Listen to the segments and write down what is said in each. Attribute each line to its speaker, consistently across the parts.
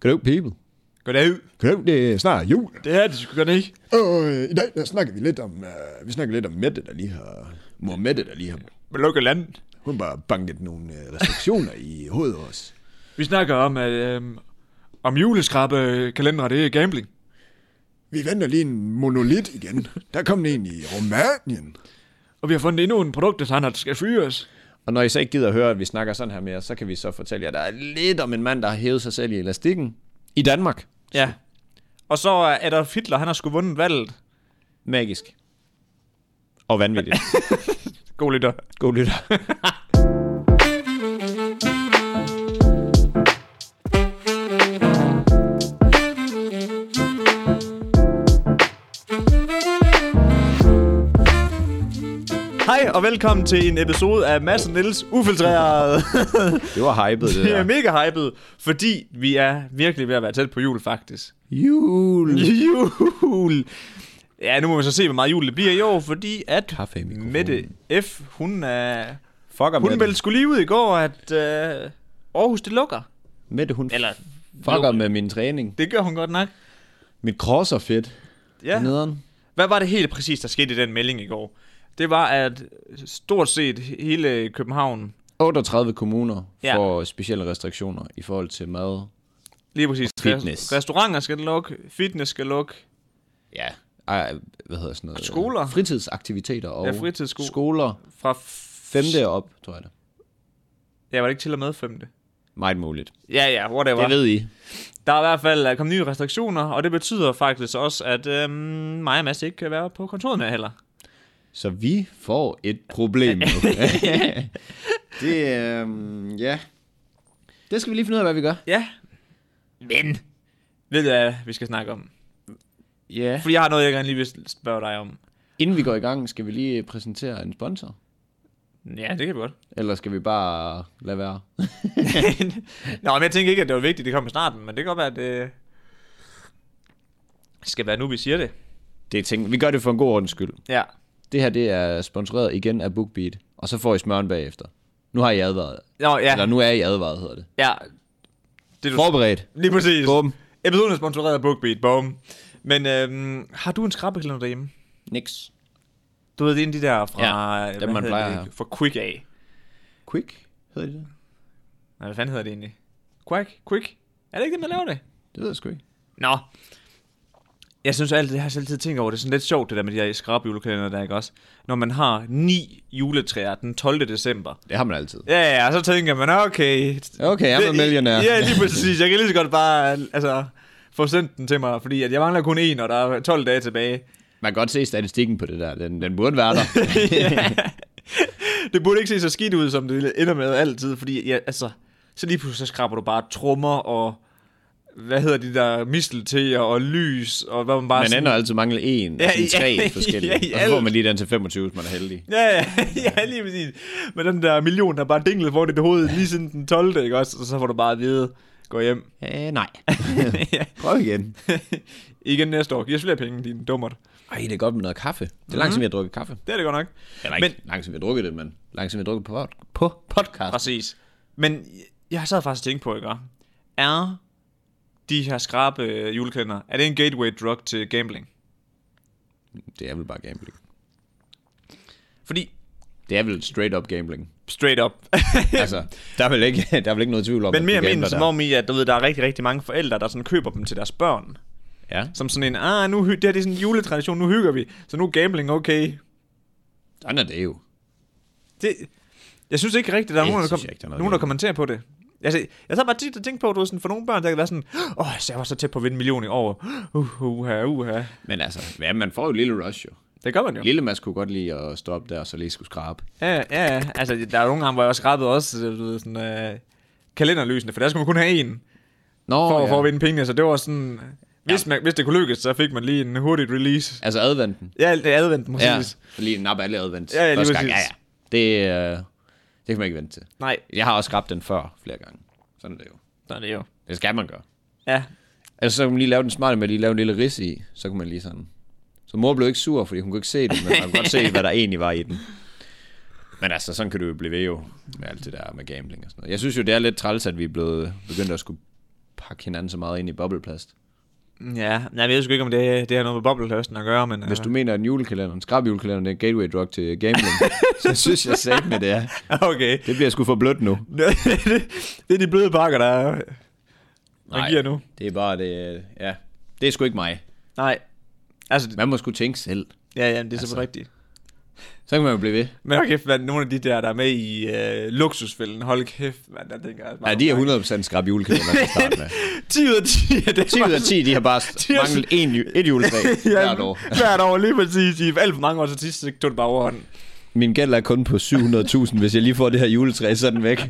Speaker 1: Goddag, people.
Speaker 2: Goddag.
Speaker 1: Goddag, det er snart jul.
Speaker 2: Det er det sgu godt ikke.
Speaker 1: Og øh, i dag, der snakker vi lidt om, øh, vi snakker lidt om Mette, der lige har, mor Mette, der lige har,
Speaker 2: Men lukker landet.
Speaker 1: hun bare banket nogle øh, restriktioner i hovedet også.
Speaker 2: Vi snakker om, at øhm, om juleskrabbe kalendere, det er gambling.
Speaker 1: Vi venter lige en monolit igen. Der kom den en i Rumænien.
Speaker 2: Og vi har fundet endnu en produktdesigner, der skal fyres.
Speaker 3: Og når I så ikke gider at høre, at vi snakker sådan her mere, så kan vi så fortælle jer, at der er lidt om en mand, der har hævet sig selv i elastikken i Danmark.
Speaker 2: Ja. Og så er Adolf Hitler, han har sgu vundet valget.
Speaker 3: Magisk. Og vanvittigt.
Speaker 2: God lytter.
Speaker 3: God lytter.
Speaker 2: Hej og velkommen til en episode af Mads og Niels Ufiltreret.
Speaker 3: Det var hypet, det
Speaker 2: Det er
Speaker 3: der.
Speaker 2: mega hypet, fordi vi er virkelig ved at være tæt på jul, faktisk.
Speaker 3: Jul.
Speaker 2: Jul! Ja, nu må vi så se, hvor meget jul det bliver i år, fordi at
Speaker 3: Kaffe i mikrofonen.
Speaker 2: Mette F., hun er...
Speaker 3: Fucker
Speaker 2: Hun
Speaker 3: Mette.
Speaker 2: meldte skulle lige ud i går, at øh, Aarhus det lukker.
Speaker 3: Mette, hun
Speaker 2: Eller,
Speaker 3: fucker med min træning.
Speaker 2: det gør hun godt nok.
Speaker 3: Mit cross er fedt.
Speaker 2: Ja.
Speaker 3: Nederen.
Speaker 2: Hvad var det helt præcis, der skete i den melding i går? Det var, at stort set hele København,
Speaker 3: 38 kommuner
Speaker 2: Ja.
Speaker 3: får specielle restriktioner i forhold til mad.
Speaker 2: lige præcis
Speaker 3: Fitness.
Speaker 2: res- restauranter skal lukke, fitness skal lukke,
Speaker 3: Ja. Ej, hvad hedder sådan noget?
Speaker 2: Skoler.
Speaker 3: Fritidsaktiviteter og
Speaker 2: Ja, fritidssko-
Speaker 3: skoler.
Speaker 2: fra...
Speaker 3: Femte op, tror jeg det.
Speaker 2: Jeg var det ikke til og med femte.
Speaker 3: Meget muligt.
Speaker 2: Ja, ja, whatever.
Speaker 3: Det ved I.
Speaker 2: Der er i hvert fald øh, kommet nye restriktioner, og det betyder faktisk også, at øhm, mig og Mads ikke kan være på kontoret mere heller.
Speaker 3: Så vi får et problem nu. det, øhm, ja. Det skal vi lige finde ud af, hvad vi gør.
Speaker 2: Ja. Men. Ved du, hvad vi skal snakke om?
Speaker 3: Ja.
Speaker 2: Fordi jeg har noget, jeg gerne lige vil spørge dig om.
Speaker 3: Inden vi går i gang, skal vi lige præsentere en sponsor.
Speaker 2: Ja, det kan vi godt.
Speaker 3: Eller skal vi bare lade være?
Speaker 2: Nå, men jeg tænker ikke, at det var vigtigt, det kom i starten, men det kan godt være, at det skal være nu, vi siger det.
Speaker 3: Det er ting. Vi gør det for en god ordens skyld.
Speaker 2: Ja.
Speaker 3: Det her, det er sponsoreret igen af BookBeat. Og så får I smøren bagefter. Nu har I advaret.
Speaker 2: Nå, ja.
Speaker 3: Eller nu er I advaret, hedder det.
Speaker 2: ja. Det, du...
Speaker 3: Forberedt.
Speaker 2: Lige præcis.
Speaker 3: Bum.
Speaker 2: Episoden er sponsoreret af BookBeat. Bum. Men øhm, har du en skrabbekalender derhjemme?
Speaker 3: Nix.
Speaker 2: Du ved, det er en af de der fra... øh,
Speaker 3: Ja,
Speaker 2: hvad
Speaker 3: dem, man
Speaker 2: hedder
Speaker 3: plejer
Speaker 2: det?
Speaker 3: at have.
Speaker 2: Fra Quick A.
Speaker 3: Quick, hedder det det?
Speaker 2: Nej, hvad fanden hedder det egentlig? Quack? Quick? Er det ikke dem, der laver det?
Speaker 3: Det ved jeg sgu ikke.
Speaker 2: Nå. Jeg synes altid, jeg har altid tænkt over, det er sådan lidt sjovt, det der med de her skrabjulekalender der, ikke også? Når man har ni juletræer den 12. december.
Speaker 3: Det har man altid.
Speaker 2: Ja, ja, og så tænker man, okay.
Speaker 3: Okay, I'm a
Speaker 2: Det-
Speaker 3: millionaire.
Speaker 2: Ja, lige præcis. Jeg kan lige så godt bare, altså, få sendt den til mig, fordi at jeg mangler kun en, og der er 12 dage tilbage.
Speaker 3: Man kan godt se statistikken på det der. Den, den burde være der.
Speaker 2: Det burde ikke se så skidt ud, som det ender med altid, fordi ja, altså, så lige pludselig så skraber du bare trommer og hvad hedder de der mistelteer og lys, og hvad man bare
Speaker 3: Man
Speaker 2: sådan-
Speaker 3: ender altid mangle en
Speaker 2: Ja,
Speaker 3: ja, sådan
Speaker 2: ja,
Speaker 3: tre
Speaker 2: ja,
Speaker 3: forskellige.
Speaker 2: ja, i
Speaker 3: og så får
Speaker 2: alt.
Speaker 3: man lige den til 25, hvis man er heldig.
Speaker 2: Ja, ja, ja, lige præcis. Men den der million, der bare dinglede foran dit hoved lige siden den 12. Ikke også? Og så får du bare at vide, gå hjem.
Speaker 3: Øh, nej.
Speaker 2: ja.
Speaker 3: Prøv igen.
Speaker 2: Igen næste år. Giv os flere penge, din dummert.
Speaker 3: Ej, det er godt med noget kaffe. Det er langt, siden vi har drukket kaffe.
Speaker 2: Det er det godt nok.
Speaker 3: Eller ikke
Speaker 2: Mhm. Men-
Speaker 3: men... langt, siden vi har drukket det, men langt, siden vi har drukket på, pod- på podcast.
Speaker 2: Præcis. Men jeg sad faktisk og tænkte på, ikke? også? Er de her skrabe øh, julekalender, er det en gateway drug til gambling?
Speaker 3: Det er vel bare gambling.
Speaker 2: Fordi,
Speaker 3: Det er vel straight up gambling.
Speaker 2: straight up.
Speaker 3: Altså, der er vel ikke, der er vel ikke noget tvivl om,
Speaker 2: Men
Speaker 3: at
Speaker 2: mere
Speaker 3: du
Speaker 2: mener
Speaker 3: gambler
Speaker 2: som
Speaker 3: der.
Speaker 2: om i, at du ved, der er rigtig, rigtig mange forældre, der sådan køber dem til deres børn.
Speaker 3: Ja.
Speaker 2: Som sådan en, ah, nu, hy- det her det er sådan en juletradition, nu hygger vi. Så nu er gambling okay.
Speaker 3: Sådan er det jo.
Speaker 2: Det, jeg synes ikke rigtigt, der er
Speaker 3: Det
Speaker 2: nogen, der,
Speaker 3: synes
Speaker 2: kom,
Speaker 3: jeg ikke, der er noget
Speaker 2: nogen, der
Speaker 3: galt.
Speaker 2: kommenterer på det. Altså, jeg så bare tit og tænkte på, at du ved, sådan, for nogle børn, der kan være sådan, åh, oh, jeg var så tæt på at vinde en million i år. Uh, uha, uha.
Speaker 3: Men altså, ja, man får jo et lille rush jo.
Speaker 2: Det gør man jo.
Speaker 3: Lille Mads kunne godt lide at stå op der, og så lige skulle skrabe.
Speaker 2: Ja, ja, ja. Altså, der er nogle gange, hvor jeg også rappede også, du ved, sådan, øh, kalenderlysende, for der skulle man kun have en
Speaker 3: Nå,
Speaker 2: for,
Speaker 3: ja.
Speaker 2: for at vinde penge. Så det var sådan, hvis, man, hvis det kunne lykkes, så fik man lige en hurtigt release.
Speaker 3: Altså adventen.
Speaker 2: Ja, det er advendt, måske. Ja.
Speaker 3: Ja, lige nap alle advent.
Speaker 2: Ja, ja, lige
Speaker 3: første gang. Ja,
Speaker 2: præcis.
Speaker 3: ja. Det, øh, det kan man ikke vente til.
Speaker 2: Nej,
Speaker 3: Jeg har også skrabt den før flere gange. Sådan er det jo.
Speaker 2: der er det jo.
Speaker 3: Det skal man gøre.
Speaker 2: Ja,
Speaker 3: Altså, så kan man lige lave den smarte med at lige lave en lille ris i. Så kan man lige sådan... Så mor blev ikke sur, fordi hun kunne ikke se det, men man kunne godt se, hvad der egentlig var i den. Men altså, sådan kan du jo blive ved jo med alt det der med gambling og sådan noget. Jeg synes jo, det er lidt træls, at vi er blevet begyndt at skulle pakke hinanden så meget ind i bobleplast.
Speaker 2: Ja, jeg ved sgu ikke, om det, det har noget med boblepløsten at gøre, men...
Speaker 3: Hvis du
Speaker 2: øh,
Speaker 3: mener, at en julekalender, en skrab julekalender, det er en gateway drug til gambling, så synes jeg sagt med det er.
Speaker 2: Okay.
Speaker 3: Det bliver sgu for blødt nu.
Speaker 2: det, det er de bløde pakker, der er... øh, Man
Speaker 3: Nej.
Speaker 2: giver nu.
Speaker 3: Det er bare det, øh, ja. Det er sgu ikke mig.
Speaker 2: Nej. Altså,
Speaker 3: Man må sgu tænke selv.
Speaker 2: ja, ja, men det er altså.
Speaker 3: Altså.
Speaker 2: simpelthen rigtigt.
Speaker 3: Så kan man jo blive ved.
Speaker 2: Men hold kæft, mand, nogle af de der, der er med i øh, luksusfælden, hold kæft, mand, der tænker jeg...
Speaker 3: Ja, de er 100% skrab julekalender til at starte med.
Speaker 2: 10 ud af 10 af det.
Speaker 3: 10 ud af 10, de har bare
Speaker 2: har-
Speaker 3: manglet en, ju- et juletræ hvert år.
Speaker 2: Hvert år, lige præcis. I alt for mange år til sidst, så tog det bare overhånden.
Speaker 3: Min gæld er kun på 700.000, hvis jeg lige får det her juletræ sådan væk.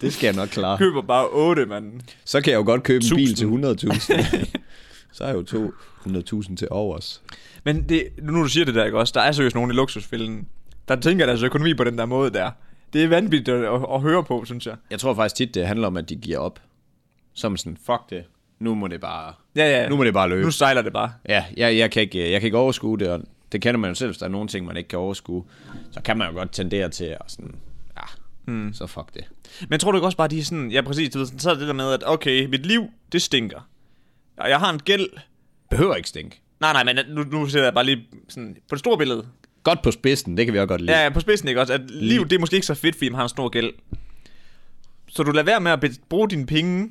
Speaker 3: det skal jeg nok klare.
Speaker 2: Køber bare 8, mand.
Speaker 3: Så kan jeg jo godt købe en bil
Speaker 2: 1000.
Speaker 3: til 100.000. Så er jeg jo 200.000 til overs.
Speaker 2: Men det, nu når du siger det der, ikke også? Der er seriøst nogen i luksusfælden, der tænker deres økonomi på den der måde der. Det er vanvittigt at, at, at høre på, synes jeg.
Speaker 3: Jeg tror faktisk tit, det handler om, at de giver op. Som sådan, fuck det. Nu må det bare,
Speaker 2: Ja, ja.
Speaker 3: nu må det bare løbe.
Speaker 2: nu sejler det bare.
Speaker 3: Ja, jeg, jeg, kan ikke, jeg kan ikke overskue det, og det kender man jo selv, hvis der er nogle ting, man ikke kan overskue. Så kan man jo godt tendere til at sådan, ja, mm. så fuck det.
Speaker 2: Men tror du ikke også bare, de er sådan, ja præcis, du ved, sådan, så er det der med, at okay, mit liv, det stinker. Og jeg har en gæld.
Speaker 3: Behøver ikke stink.
Speaker 2: Nej, nej, men nu, nu ser jeg bare lige sådan, på det store billede.
Speaker 3: Godt på spidsen, det kan vi også godt lide.
Speaker 2: Ja, ja, på spidsen, ikke også? At livet, det er måske ikke så fedt, fordi man har en stor gæld. Så du lader være med at be- bruge dine penge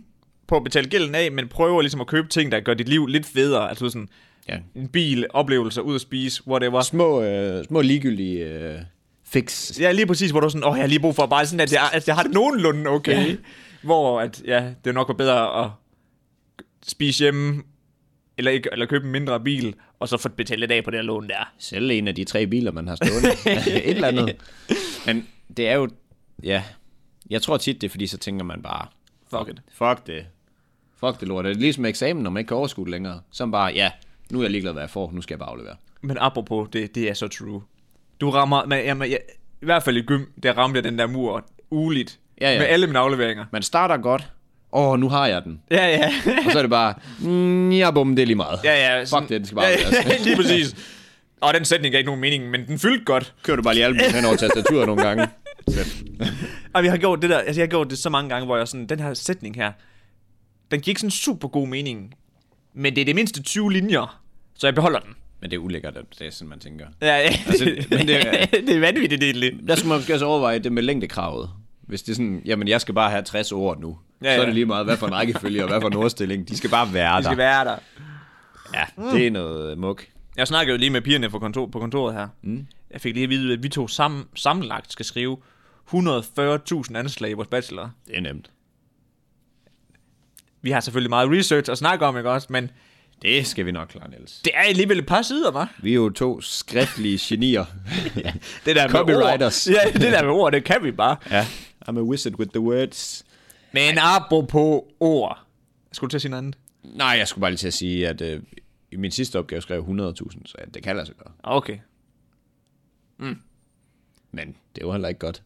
Speaker 2: på at betale gælden af, men prøver ligesom at købe ting, der gør dit liv lidt federe. Altså sådan
Speaker 3: ja.
Speaker 2: en bil, oplevelser, ud at spise, whatever.
Speaker 3: Små, øh, små ligegyldige øh, fix.
Speaker 2: Ja, lige præcis, hvor du er sådan, åh, jeg har lige brug for bare sådan, at jeg, at jeg har det nogenlunde okay. Ja. Hvor at, ja, det nok var bedre at spise hjemme, eller, ikke, eller købe en mindre bil, og så få betalt lidt af på det her lån der.
Speaker 3: Sælge en af de tre biler, man har stående. Et eller andet. Men det er jo, ja, jeg tror tit, det er fordi, så tænker man bare,
Speaker 2: Fuck it.
Speaker 3: fuck det. Fuck det lort. Det er ligesom eksamen, når man ikke kan overskue det længere. Som bare, ja, nu er jeg ligeglad, hvad jeg får. Nu skal jeg bare aflevere.
Speaker 2: Men apropos, det, det er så true. Du rammer, men, jamen, jeg, i hvert fald i gym, der ramte jeg den der mur uligt.
Speaker 3: Ja, ja.
Speaker 2: Med alle mine afleveringer.
Speaker 3: Man starter godt. Åh, oh, nu har jeg den.
Speaker 2: Ja, ja.
Speaker 3: Og så er det bare, mm, ja, bum, det er lige meget.
Speaker 2: ja, ja
Speaker 3: Fuck det, den skal bare
Speaker 2: ja,
Speaker 3: afleveres.
Speaker 2: ja, lige præcis. Og den sætning gav ikke nogen mening, men den fyldte godt.
Speaker 3: Kører du bare lige albuen hen over tastaturet nogle gange.
Speaker 2: Og jeg har gjort det der, altså jeg har gjort det så mange gange, hvor jeg sådan, den her sætning her, den giver ikke sådan super god mening, men det er det mindste 20 linjer, så jeg beholder den.
Speaker 3: Men det er ulækkert, at det er sådan, man tænker.
Speaker 2: Ja, ja.
Speaker 3: Altså,
Speaker 2: men
Speaker 3: men
Speaker 2: det,
Speaker 3: det
Speaker 2: er,
Speaker 3: er-
Speaker 2: det er vanvittigt egentlig.
Speaker 3: Der skal man måske også overveje det med længdekravet. Hvis det er sådan, jamen jeg skal bare have 60 ord nu.
Speaker 2: Ja,
Speaker 3: Ja, så
Speaker 2: ja.
Speaker 3: er det lige meget, hvad for en rækkefølge og hvad for en ordstilling. De skal Mm. bare være
Speaker 2: Det skal
Speaker 3: der.
Speaker 2: være der.
Speaker 3: Ja, det er noget muk.
Speaker 2: Jeg snakkede jo lige med pigerne på, kontor, på kontoret her. Mm. Jeg fik lige at vide, at vi to sammen, sammenlagt skal skrive 140.000 anslag i vores bachelor.
Speaker 3: Det er nemt.
Speaker 2: Vi har selvfølgelig meget research at snakke om, ikke også? Men
Speaker 3: Det skal vi nok klare, Niels.
Speaker 2: det er alligevel et par sider, hva'?
Speaker 3: Vi er jo to skriftlige genier.
Speaker 2: Det der
Speaker 3: Copywriters.
Speaker 2: med ord, ja, det der med ord, det kan vi bare.
Speaker 3: ja. I'm a wizard with the words.
Speaker 2: Men apropos ord. Skulle du til at sige noget andet?
Speaker 3: Nej, jeg skulle bare lige til at sige, at øh, i min sidste opgave skrev jeg 100.000, så ja, det kan lade sig gøre.
Speaker 2: Okay.
Speaker 3: Men det er jo heller ikke godt.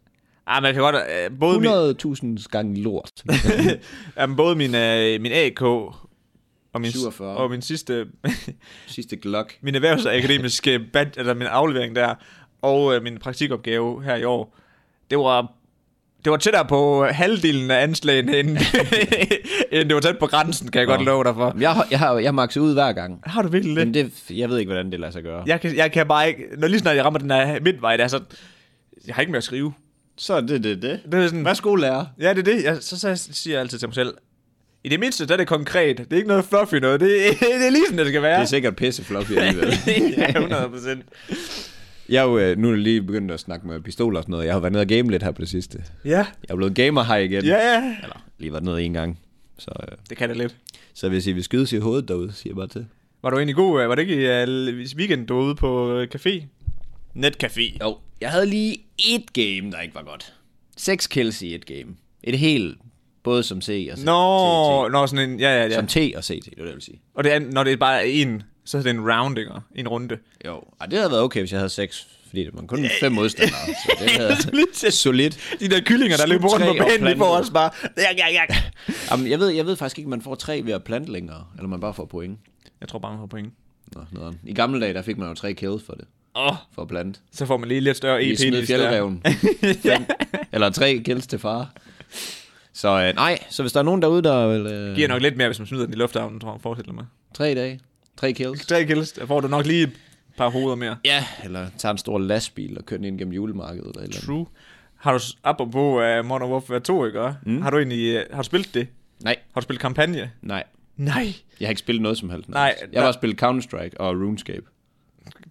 Speaker 2: Ah, men jeg kan godt... Øh, både, min,
Speaker 3: 100.000 gange lort.
Speaker 2: jamen, både min, øh, min AK og min,
Speaker 3: 47.
Speaker 2: og min sidste...
Speaker 3: Sidste glok.
Speaker 2: min erhvervsakademiske bad, eller min aflevering der, og øh, min praktikopgave her i år, det var, det var tættere på halvdelen af anslagene, end, end det var tæt på grænsen, kan jeg godt love dig for.
Speaker 3: Jamen, Jeg har, jeg har, jeg har maxet ud hver gang.
Speaker 2: Har du virkelig det?
Speaker 3: Men det, jeg ved ikke, hvordan det lader sig gøre.
Speaker 2: Jeg kan, jeg kan bare ikke, når lige snart jeg rammer den her midtvej, der er sådan, jeg har ikke mere at skrive.
Speaker 3: Så er det det, det.
Speaker 2: Det er sådan,
Speaker 3: Værsgo, lærer.
Speaker 2: ja, det er det. Jeg, så, så siger jeg altid til mig selv, i det mindste, der er det konkret. Det er ikke noget fluffy noget. Det, det er lige sådan, det skal
Speaker 3: Det
Speaker 2: være.
Speaker 3: er sikkert pisse fluffy alligevel.
Speaker 2: ja, 100 procent.
Speaker 3: jeg er jo øh, nu er jeg lige begyndt at snakke med pistoler og sådan noget. Jeg har været nede og game lidt her på det sidste.
Speaker 2: Ja,
Speaker 3: Jeg er blevet gamer her igen.
Speaker 2: ja, ja.
Speaker 3: Eller lige været nede en gang. Så, øh,
Speaker 2: Det kan det lidt.
Speaker 3: så hvis I vil skyde sig i hovedet derude, siger jeg bare til.
Speaker 2: Var du egentlig god? øh, Var det ikke i øh, weekend, du var ude på øh, café? Netcafé.
Speaker 3: Jo, jeg havde lige et game, der ikke var godt. Seks kills i et game. Et helt, både som C og C.
Speaker 2: Nå, nå, sådan en, ja, ja, ja.
Speaker 3: Som T og CT, det var det, jeg ville sige.
Speaker 2: Og det er, når det er bare en, så er det en roundinger, en runde.
Speaker 3: Jo, Ej, det havde været okay, hvis jeg havde seks, fordi det var kun fem modstandere. Så det havde...
Speaker 2: Lige til
Speaker 3: Solidt.
Speaker 2: de der kyllinger, der
Speaker 3: Slut
Speaker 2: løber rundt
Speaker 3: tre
Speaker 2: på
Speaker 3: og
Speaker 2: banen, de
Speaker 3: plantet.
Speaker 2: får også bare, ja, ja, ja.
Speaker 3: Jamen, jeg, ved, jeg ved faktisk ikke, om man får tre ved at plante længere, eller man bare får point.
Speaker 2: Jeg tror bare, man får point.
Speaker 3: Nå, nederen. I gamle dage, der fik man jo tre kills for det,
Speaker 2: Åh, oh,
Speaker 3: for at plante.
Speaker 2: så E får man lige lidt større
Speaker 3: I
Speaker 2: EP.
Speaker 3: smed fjeldreven. Fem- eller tre kills til far. Så øh, nej, så hvis der er nogen derude, der vil... Øh,
Speaker 2: Giver nok lidt mere, hvis man smider den i lufthavnen, tror jeg, forestiller mig.
Speaker 3: Tre dage. Tre kills.
Speaker 2: Tre kills, der får du nok lige et par hoveder mere.
Speaker 3: Ja, eller tager en stor lastbil og kører den ind gennem julemarkedet. Eller et eller andet.
Speaker 2: True. Har du, s- apropos uh, Modern Warfare 2, ikke? Mm. Har du egentlig, uh, har du spillet det?
Speaker 3: Nej,
Speaker 2: Har du spillet kampagne?
Speaker 3: nej.
Speaker 2: Nej.
Speaker 3: Jeg har ikke spillet noget som helst.
Speaker 2: Nej,
Speaker 3: nærmest. Jeg har
Speaker 2: nej.
Speaker 3: bare spillet Counter-Strike og RuneScape.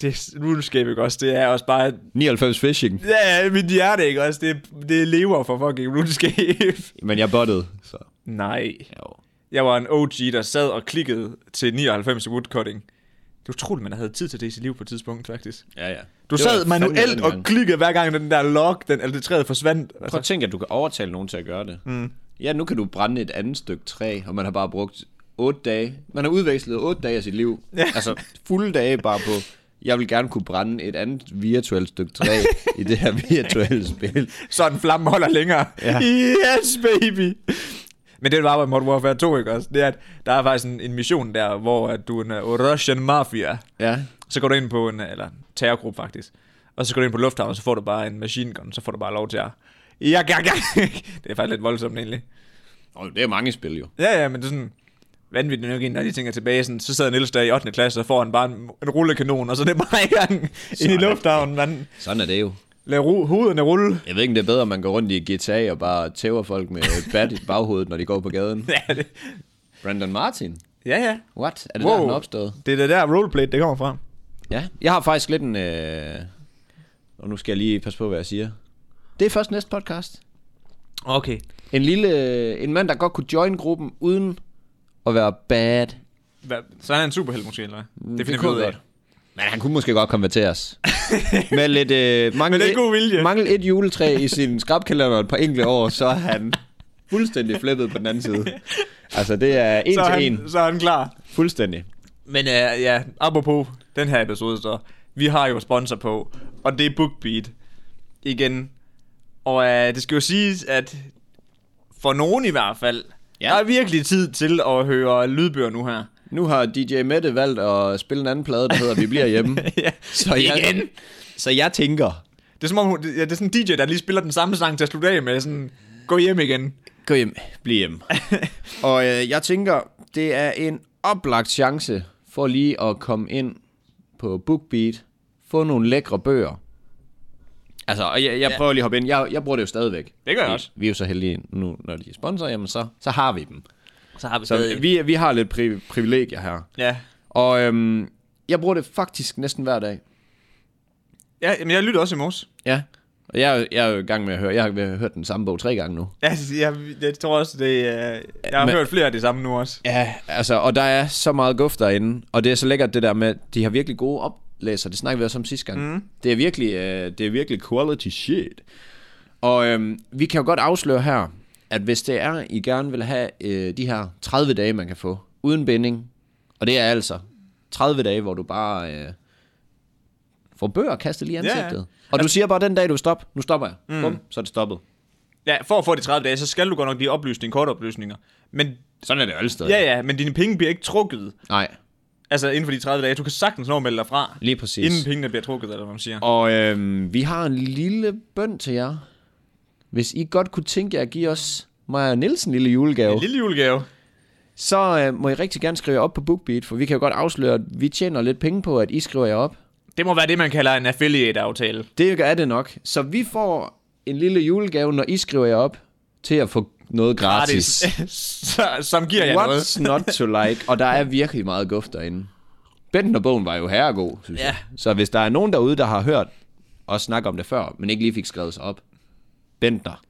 Speaker 2: Det er RuneScape, ikke også? Det er også bare...
Speaker 3: 99 Fishing.
Speaker 2: Ja, mit hjerte, ikke også? Det, det lever for fucking RuneScape.
Speaker 3: Men jeg bottede, så...
Speaker 2: Nej.
Speaker 3: Jo.
Speaker 2: Jeg var en OG, der sad og klikkede til 99 i woodcutting. Det er utroligt, man havde tid til det i sit liv på et tidspunkt, faktisk.
Speaker 3: Ja, ja.
Speaker 2: Du sad manuelt og klikkede hver gang den der log, den altererede forsvandt.
Speaker 3: Prøv
Speaker 2: Altså,
Speaker 3: at tænke, at du kan overtale nogen til at gøre det. Mm. Ja, nu kan du brænde et andet stykke træ, og man har bare brugt 8 dage. Man har udvekslet 8 dage af sit liv. Ja. Altså fulde dage bare på, jeg vil gerne kunne brænde et andet virtuelt stykke træ i det her virtuelle spil.
Speaker 2: sådan flammen holder længere. Ja.
Speaker 3: Ja.
Speaker 2: Yes, baby! Men det, der var med Modern Warfare 2, ikke også? Det er, at der er faktisk en, en mission der, hvor at du er en uh, Russian Mafia.
Speaker 3: Ja.
Speaker 2: Så går du ind på en, eller terrorgruppe faktisk, og så går du ind på lufthavnen, og så får du bare en machine gun, så får du bare lov til at... Ja, ja, ja. Det er faktisk lidt voldsomt egentlig.
Speaker 3: Og det er mange spil jo.
Speaker 2: Ja, ja, men det er sådan vanvittigt nok, når de tænker tilbage, sådan, så sad Niels der i 8. klasse, og får han bare en, en rullekanon, og så er det bare i gang ind i lufthavnen, man
Speaker 3: Sådan er det jo.
Speaker 2: lader ru- hovederne rulle.
Speaker 3: Jeg ved ikke, om det er bedre, at man går rundt i GTA og bare tæver folk med et bat i baghovedet, når de går på gaden.
Speaker 2: Ja, det,
Speaker 3: Brandon Martin?
Speaker 2: ja, ja.
Speaker 3: What? Er det wow. der, han er opstået?
Speaker 2: det er det der roleplay, det kommer fra.
Speaker 3: Ja, jeg har faktisk lidt en... Øh... Og nu skal jeg lige passe på, hvad jeg siger. Det er først næste podcast.
Speaker 2: Okay.
Speaker 3: En lille... En mand, der godt kunne join gruppen, uden at være bad.
Speaker 2: Hvad, så er han en superheld måske, eller hvad? Det,
Speaker 3: Mm, kunne
Speaker 2: ud af.
Speaker 3: godt. Men han kunne måske godt konverteres. Med lidt... Øh, mangel,
Speaker 2: Med lidt
Speaker 3: et-
Speaker 2: god vilje.
Speaker 3: Mangel et juletræ i sin skrabkalender et par enkelte år, så er han fuldstændig flippet på den anden side. Altså, det er en
Speaker 2: Så er,
Speaker 3: til en.
Speaker 2: han, så er han klar.
Speaker 3: Fuldstændig.
Speaker 2: Men uh, ja, apropos den her episode, så vi har jo sponsor på, og det er BookBeat igen. Og uh, det skal jo siges, at for nogen i hvert fald, ja.
Speaker 3: Ja.
Speaker 2: der er virkelig tid til at høre lydbøger nu her.
Speaker 3: Nu har DJ Mette valgt at spille en anden plade, der hedder Vi bliver hjemme.
Speaker 2: ja,
Speaker 3: Så jeg,
Speaker 2: igen.
Speaker 3: Så jeg tænker...
Speaker 2: Det er som om, hun- det- ja, det er sådan en DJ, der lige spiller den samme sang til at slutte af med, sådan, gå hjem igen.
Speaker 3: Gå hjem. Bliv hjemme. og øh, jeg tænker, det er en oplagt chance for lige at komme ind på BookBeat, få nogle lækre bøger. Altså, og jeg, jeg prøver lige at hoppe ind. Jeg, jeg bruger det jo stadigvæk.
Speaker 2: Det gør jeg
Speaker 3: Vi-
Speaker 2: også.
Speaker 3: Vi er jo så heldige nu, når de er sponsor, jamen så, så har vi dem.
Speaker 2: Så har vi
Speaker 3: Så vi, vi har lidt pri- privilegier her.
Speaker 2: Ja,
Speaker 3: Og øhm, jeg bruger det faktisk næsten hver dag.
Speaker 2: ja men jeg lytter også i morges.
Speaker 3: Ja. Og jeg, er jo- jeg er jo i gang med at høre, jeg har hørt den samme bog tre gange nu.
Speaker 2: Ja, jeg, jeg tror også, det er... Jeg har
Speaker 3: Men-
Speaker 2: hørt flere af de samme nu også.
Speaker 3: Ja, altså, og der er så meget guf derinde, og det er så lækkert det der med, de har virkelig gode oplæser, det snakkede vi også om sidste gang. Mm. Det, er virkelig, øh, det er virkelig quality shit. Og øhm, vi kan jo godt afsløre her, at hvis det er, I gerne vil have øh, de her 30 dage, man kan få, uden binding, og det er altså 30 dage, hvor du bare øh, får bøger kastet lige i
Speaker 2: ja. Altså-
Speaker 3: ansigtet. Yeah. Og du siger bare, den dag du stopper, nu stopper jeg. Mm. Bum, så er det stoppet.
Speaker 2: Ja, for at få de 30 dage, så skal du godt nok lige oplyse dine kortoplysninger. Men,
Speaker 3: Sådan er det jo alle steder.
Speaker 2: ja, ja, men dine penge bliver ikke trukket.
Speaker 3: Nej,
Speaker 2: Altså inden for de 30 dage. Du kan sagtens nå at melde dig fra.
Speaker 3: lige præcis.
Speaker 2: Inden pengene bliver trukket, eller hvad man siger.
Speaker 3: Og øhm, vi har en lille bøn til jer. Hvis I godt kunne tænke jer at give os Maja og Nielsen en lille julegave,
Speaker 2: En lille julegave.
Speaker 3: så øh, må I rigtig gerne skrive jer op på BookBeat, for vi kan jo godt afsløre, at vi tjener lidt penge på, at I skriver jer op.
Speaker 2: Det må være det, man kalder en affiliate-aftale.
Speaker 3: Det er det nok. Så vi får en lille julegave, når I skriver jer op, til at få noget gratis.
Speaker 2: Så, som giver jer noget.
Speaker 3: What's not to like? Og der er virkelig meget guf derinde. Benten og bogen var jo herregod, synes
Speaker 2: Ja.
Speaker 3: jeg. Så hvis der er nogen derude, der har hørt os snakke om det før, men ikke lige fik skrevet sig op. Bentner.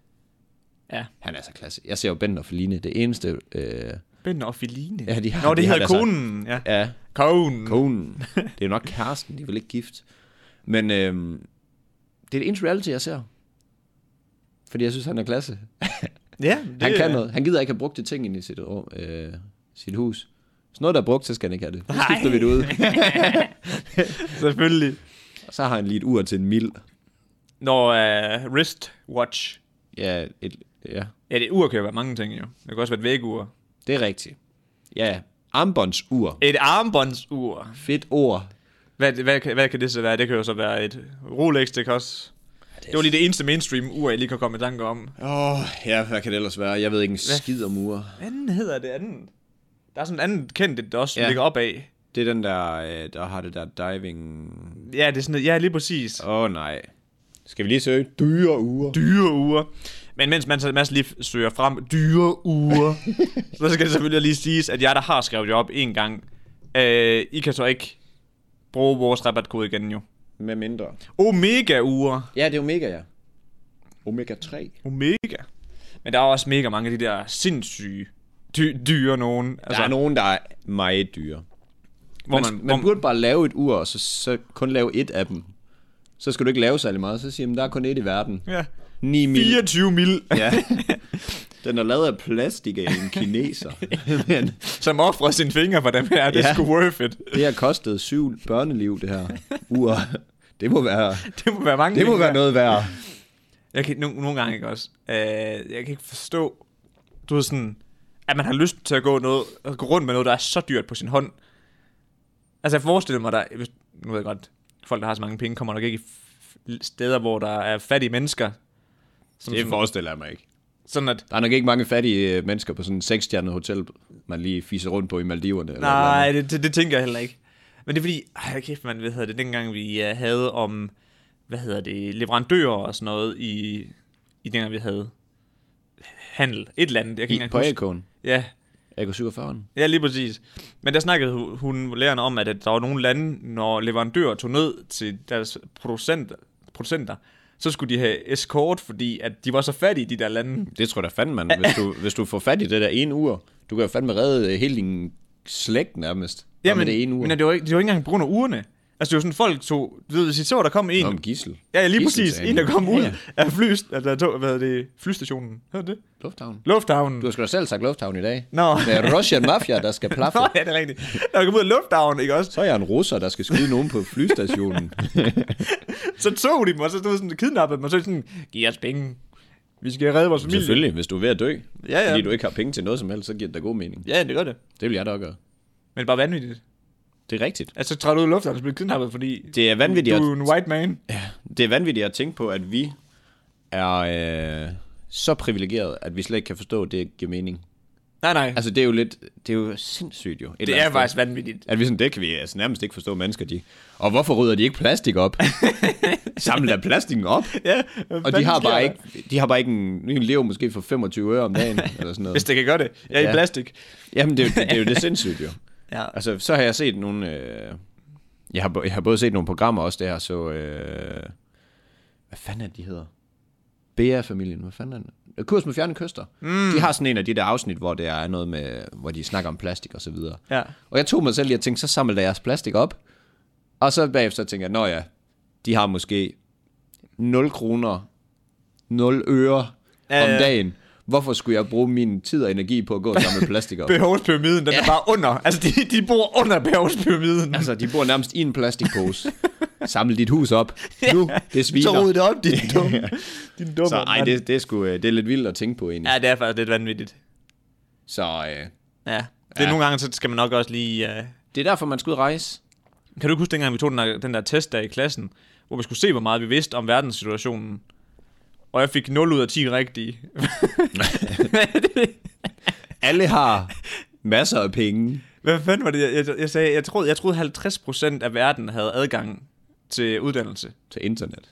Speaker 2: Ja.
Speaker 3: Han er så klasse. Jeg ser jo Bentner for Line. Det eneste... Øh,
Speaker 2: Ben og Feline.
Speaker 3: Ja, de har-
Speaker 2: Nå, det
Speaker 3: de har
Speaker 2: hedder
Speaker 3: deres egen-
Speaker 2: konen. Ja.
Speaker 3: ja,
Speaker 2: Konen.
Speaker 3: konen. Det er jo nok kæresten. De er vel ikke gift. Men øh, det er det eneste reality, jeg ser. Fordi jeg synes, han er klasse.
Speaker 2: Ja, det,
Speaker 3: Han kan noget. Han gider ikke have brugt det ting ind i sit, rum, øh, sit hus. Hvis noget, der er brugt, så skal han ikke have det. Så skifter vi det ud.
Speaker 2: Selvfølgelig.
Speaker 3: Og så har han lige et ur til en mil.
Speaker 2: Når uh, wristwatch.
Speaker 3: Ja, et, ja.
Speaker 2: Ja, det ur kan jo være mange ting jo. Det kan også være et vægur.
Speaker 3: det er rigtigt. Ja, armbåndsur.
Speaker 2: Et armbåndsur.
Speaker 3: Fedt ord.
Speaker 2: Hvad, hvad, hvad, kan det så være? Det kan jo så være et Rolex, det kan også... Det var lige det eneste mainstream ur, jeg lige kunne komme i tanke om.
Speaker 3: Åh, oh, ja, hvad kan det ellers være? Jeg ved ikke en skid om uger.
Speaker 2: Hvad hedder det andet? Der er sådan en anden kendt, der også
Speaker 3: Ja.
Speaker 2: ja. ligger op af.
Speaker 3: Det er den der, øh, der har det der diving...
Speaker 2: Ja, det er sådan noget. Ja, lige præcis.
Speaker 3: Åh, oh, nej. Skal vi lige søge? Dyre uger.
Speaker 2: Dyre uger. Men mens man så Mads lige søger frem dyre uger, så skal det selvfølgelig lige siges, at jeg der har skrevet det op en gang. Øh, I kan så ikke bruge vores rabatkode igen jo.
Speaker 3: Med mindre.
Speaker 2: Omega uger.
Speaker 3: Ja, det er Omega, ja. Altså- Omega 3.
Speaker 2: Omega. Men der er også mega mange af de der sindssyge dy- dyre nogen. Altså-
Speaker 3: Der er nogen, der er meget dyre.
Speaker 2: hvor
Speaker 3: Man,
Speaker 2: man,
Speaker 3: man,
Speaker 2: hvor
Speaker 3: man burde bare lave et ur, og så, så kun lave et af dem. Så skal du ikke lave særlig meget. Så siger man, der er kun et i verden.
Speaker 2: Ja.
Speaker 3: 9 mil.
Speaker 2: 24 mil, ja.
Speaker 3: Ja. Den er lavet af plastik af en kineser. Men
Speaker 2: som offrer sine fingre for dem her. Det er
Speaker 3: Ja.
Speaker 2: sgu worth it.
Speaker 3: det har kostet syv børneliv, det her ur. Det må være,
Speaker 2: Det må være mange
Speaker 3: det må
Speaker 2: penge
Speaker 3: være
Speaker 2: værd.
Speaker 3: noget værd.
Speaker 2: Jeg kan, nogle, nogle gange ikke også. Øh, jeg kan ikke forstå, du ved sådan, at man har lyst til at gå, noget, at gå rundt med noget, der er så dyrt på sin hånd. Altså jeg forestiller mig, der, hvis, nu ved jeg godt, folk der har så mange penge, kommer nok ikke i f- steder, hvor der er fattige mennesker. Som sådan,
Speaker 3: forestiller jeg mig ikke.
Speaker 2: sådan at,
Speaker 3: Der er nok ikke mange fattige øh, mennesker på sådan et seksstjernet hotel, man lige fiser rundt på i Maldiverne. Eller
Speaker 2: nej, det, det, det, tænker jeg heller ikke. Men det er fordi, ej, kæft man, hvad hedder det, dengang vi øh, havde om, hvad hedder det, leverandører og sådan noget i, i dengang vi havde handel, et eller andet, jeg kan ikke
Speaker 3: I,
Speaker 2: engang
Speaker 3: på
Speaker 2: huske.
Speaker 3: Akon.
Speaker 2: Ja,
Speaker 3: Akon 47.
Speaker 2: Ja, lige præcis. Men der snakkede hu- hun, lærerne om, at at der var nogle lande, når leverandører tog ned til deres producenter, producenter så skulle de have escort, fordi at de var så fattige, de der lande.
Speaker 3: Det tror jeg da fandme, man. Hvis du, hvis du får fat i det der ene ur, du kan jo fandme redde øh, hele din slægt nærmest. Ja, men, det ene ur.
Speaker 2: Men det var ikke, det var ikke engang på grund af urene. Altså, det var sådan, folk tog... Du ved, hvis I så, der kom en...
Speaker 3: Om gissel.
Speaker 2: ja, ja, lige præcis.
Speaker 3: Gidseltagen.
Speaker 2: En, der kom ud
Speaker 3: Ja, ja.
Speaker 2: af fly, altså, tog, hvad er det, flystationen. Hørte det?
Speaker 3: Lufthavn.
Speaker 2: Lufthavnen.
Speaker 3: Du har sgu da selv sagt Lufthavn i dag.
Speaker 2: Nå.
Speaker 3: Det er Russian Mafia, der skal plaffe.
Speaker 2: Nå, ja, det er rigtigt. Når du kom ud af lufthavnen, ikke også?
Speaker 3: Så er jeg en russer, der skal skyde nogen på flystationen.
Speaker 2: Så tog de dem, og så stod sådan kidnappede dem, og så sådan, giv os penge. Vi skal redde vores familie.
Speaker 3: Selvfølgelig, hvis du er ved at dø.
Speaker 2: Ja, ja.
Speaker 3: Fordi du ikke har penge til noget som helst, så giver det da god mening.
Speaker 2: Ja, det gør det.
Speaker 3: Det vil jeg da også gøre.
Speaker 2: Men det er bare vanvittigt.
Speaker 3: Det er rigtigt.
Speaker 2: Altså, så træder du ud i luften, og så bliver du kidnappet, fordi
Speaker 3: Det er vanvittigt.
Speaker 2: du
Speaker 3: at-
Speaker 2: er en white man.
Speaker 3: Det er vanvittigt at tænke på, at vi er øh, så privilegeret, at vi slet ikke kan forstå, at det giver mening.
Speaker 2: Nej, nej. Altså,
Speaker 3: Altså, det er jo lidt... Det er jo sindssygt, jo. Et eller
Speaker 2: det er
Speaker 3: andet sted.
Speaker 2: faktisk vanvittigt.
Speaker 3: At vi sådan, det kan vi altså nærmest ikke forstå at mennesker, de... Og hvorfor rydder de ikke plastik op? Samle da plastikken op.
Speaker 2: Ja,
Speaker 3: Og de har, bare ikke, de har bare ikke en... De lever måske for 25 øre om dagen, eller sådan
Speaker 2: Hvis
Speaker 3: noget.
Speaker 2: det kan gøre det. Jeg er
Speaker 3: Ja.
Speaker 2: i plastik.
Speaker 3: Jamen, det er, jo, det, det er jo det sindssygt, jo.
Speaker 2: Ja.
Speaker 3: Altså, så har jeg set nogle... Øh, jeg, har, bo- jeg har både set nogle programmer også, der så... Øh, hvad fanden er det, de hedder? BR-familien, hvad fanden er det? Øh, Kurs med fjerne kyster. Mm. De har sådan en af de der afsnit, hvor det er noget med, hvor de snakker om plastik og så videre.
Speaker 2: Ja.
Speaker 3: Og jeg tog mig selv lige og tænkte, så samler jeg jeres plastik op. Og så bagefter tænkte jeg, nå ja, de har måske 0 kroner, 0 øre
Speaker 2: Ja,
Speaker 3: om
Speaker 2: ja.
Speaker 3: dagen. Hvorfor skulle jeg bruge min tid og energi på at gå og samle plastik op?
Speaker 2: BH's-pyramiden, den ja. er bare under. Altså, de, de bor under BH's-pyramiden.
Speaker 3: Altså, de bor nærmest i en plastikpose. Samle dit hus op. Nu, det sviner.
Speaker 2: Så ryd det op, din dumme. din dumme
Speaker 3: Så ej,
Speaker 2: mand.
Speaker 3: det, det, er sgu, øh, det er lidt vildt at tænke på egentlig.
Speaker 2: Ja, det er faktisk lidt vanvittigt.
Speaker 3: Så øh,
Speaker 2: Ja. Det er
Speaker 3: Ja.
Speaker 2: ja. nogle gange, så skal man nok også lige... Uh...
Speaker 3: det er derfor, man skal ud og rejse.
Speaker 2: Kan du ikke huske, dengang vi tog den der, den der test der i klassen, hvor vi skulle se, hvor meget vi vidste om verdenssituationen? Og jeg fik 0 ud af 10 rigtige.
Speaker 3: Alle har masser af penge.
Speaker 2: Hvad fanden var det, jeg, jeg, jeg sagde? Jeg troede, jeg troede 50% af verden havde adgang til uddannelse.
Speaker 3: til internet.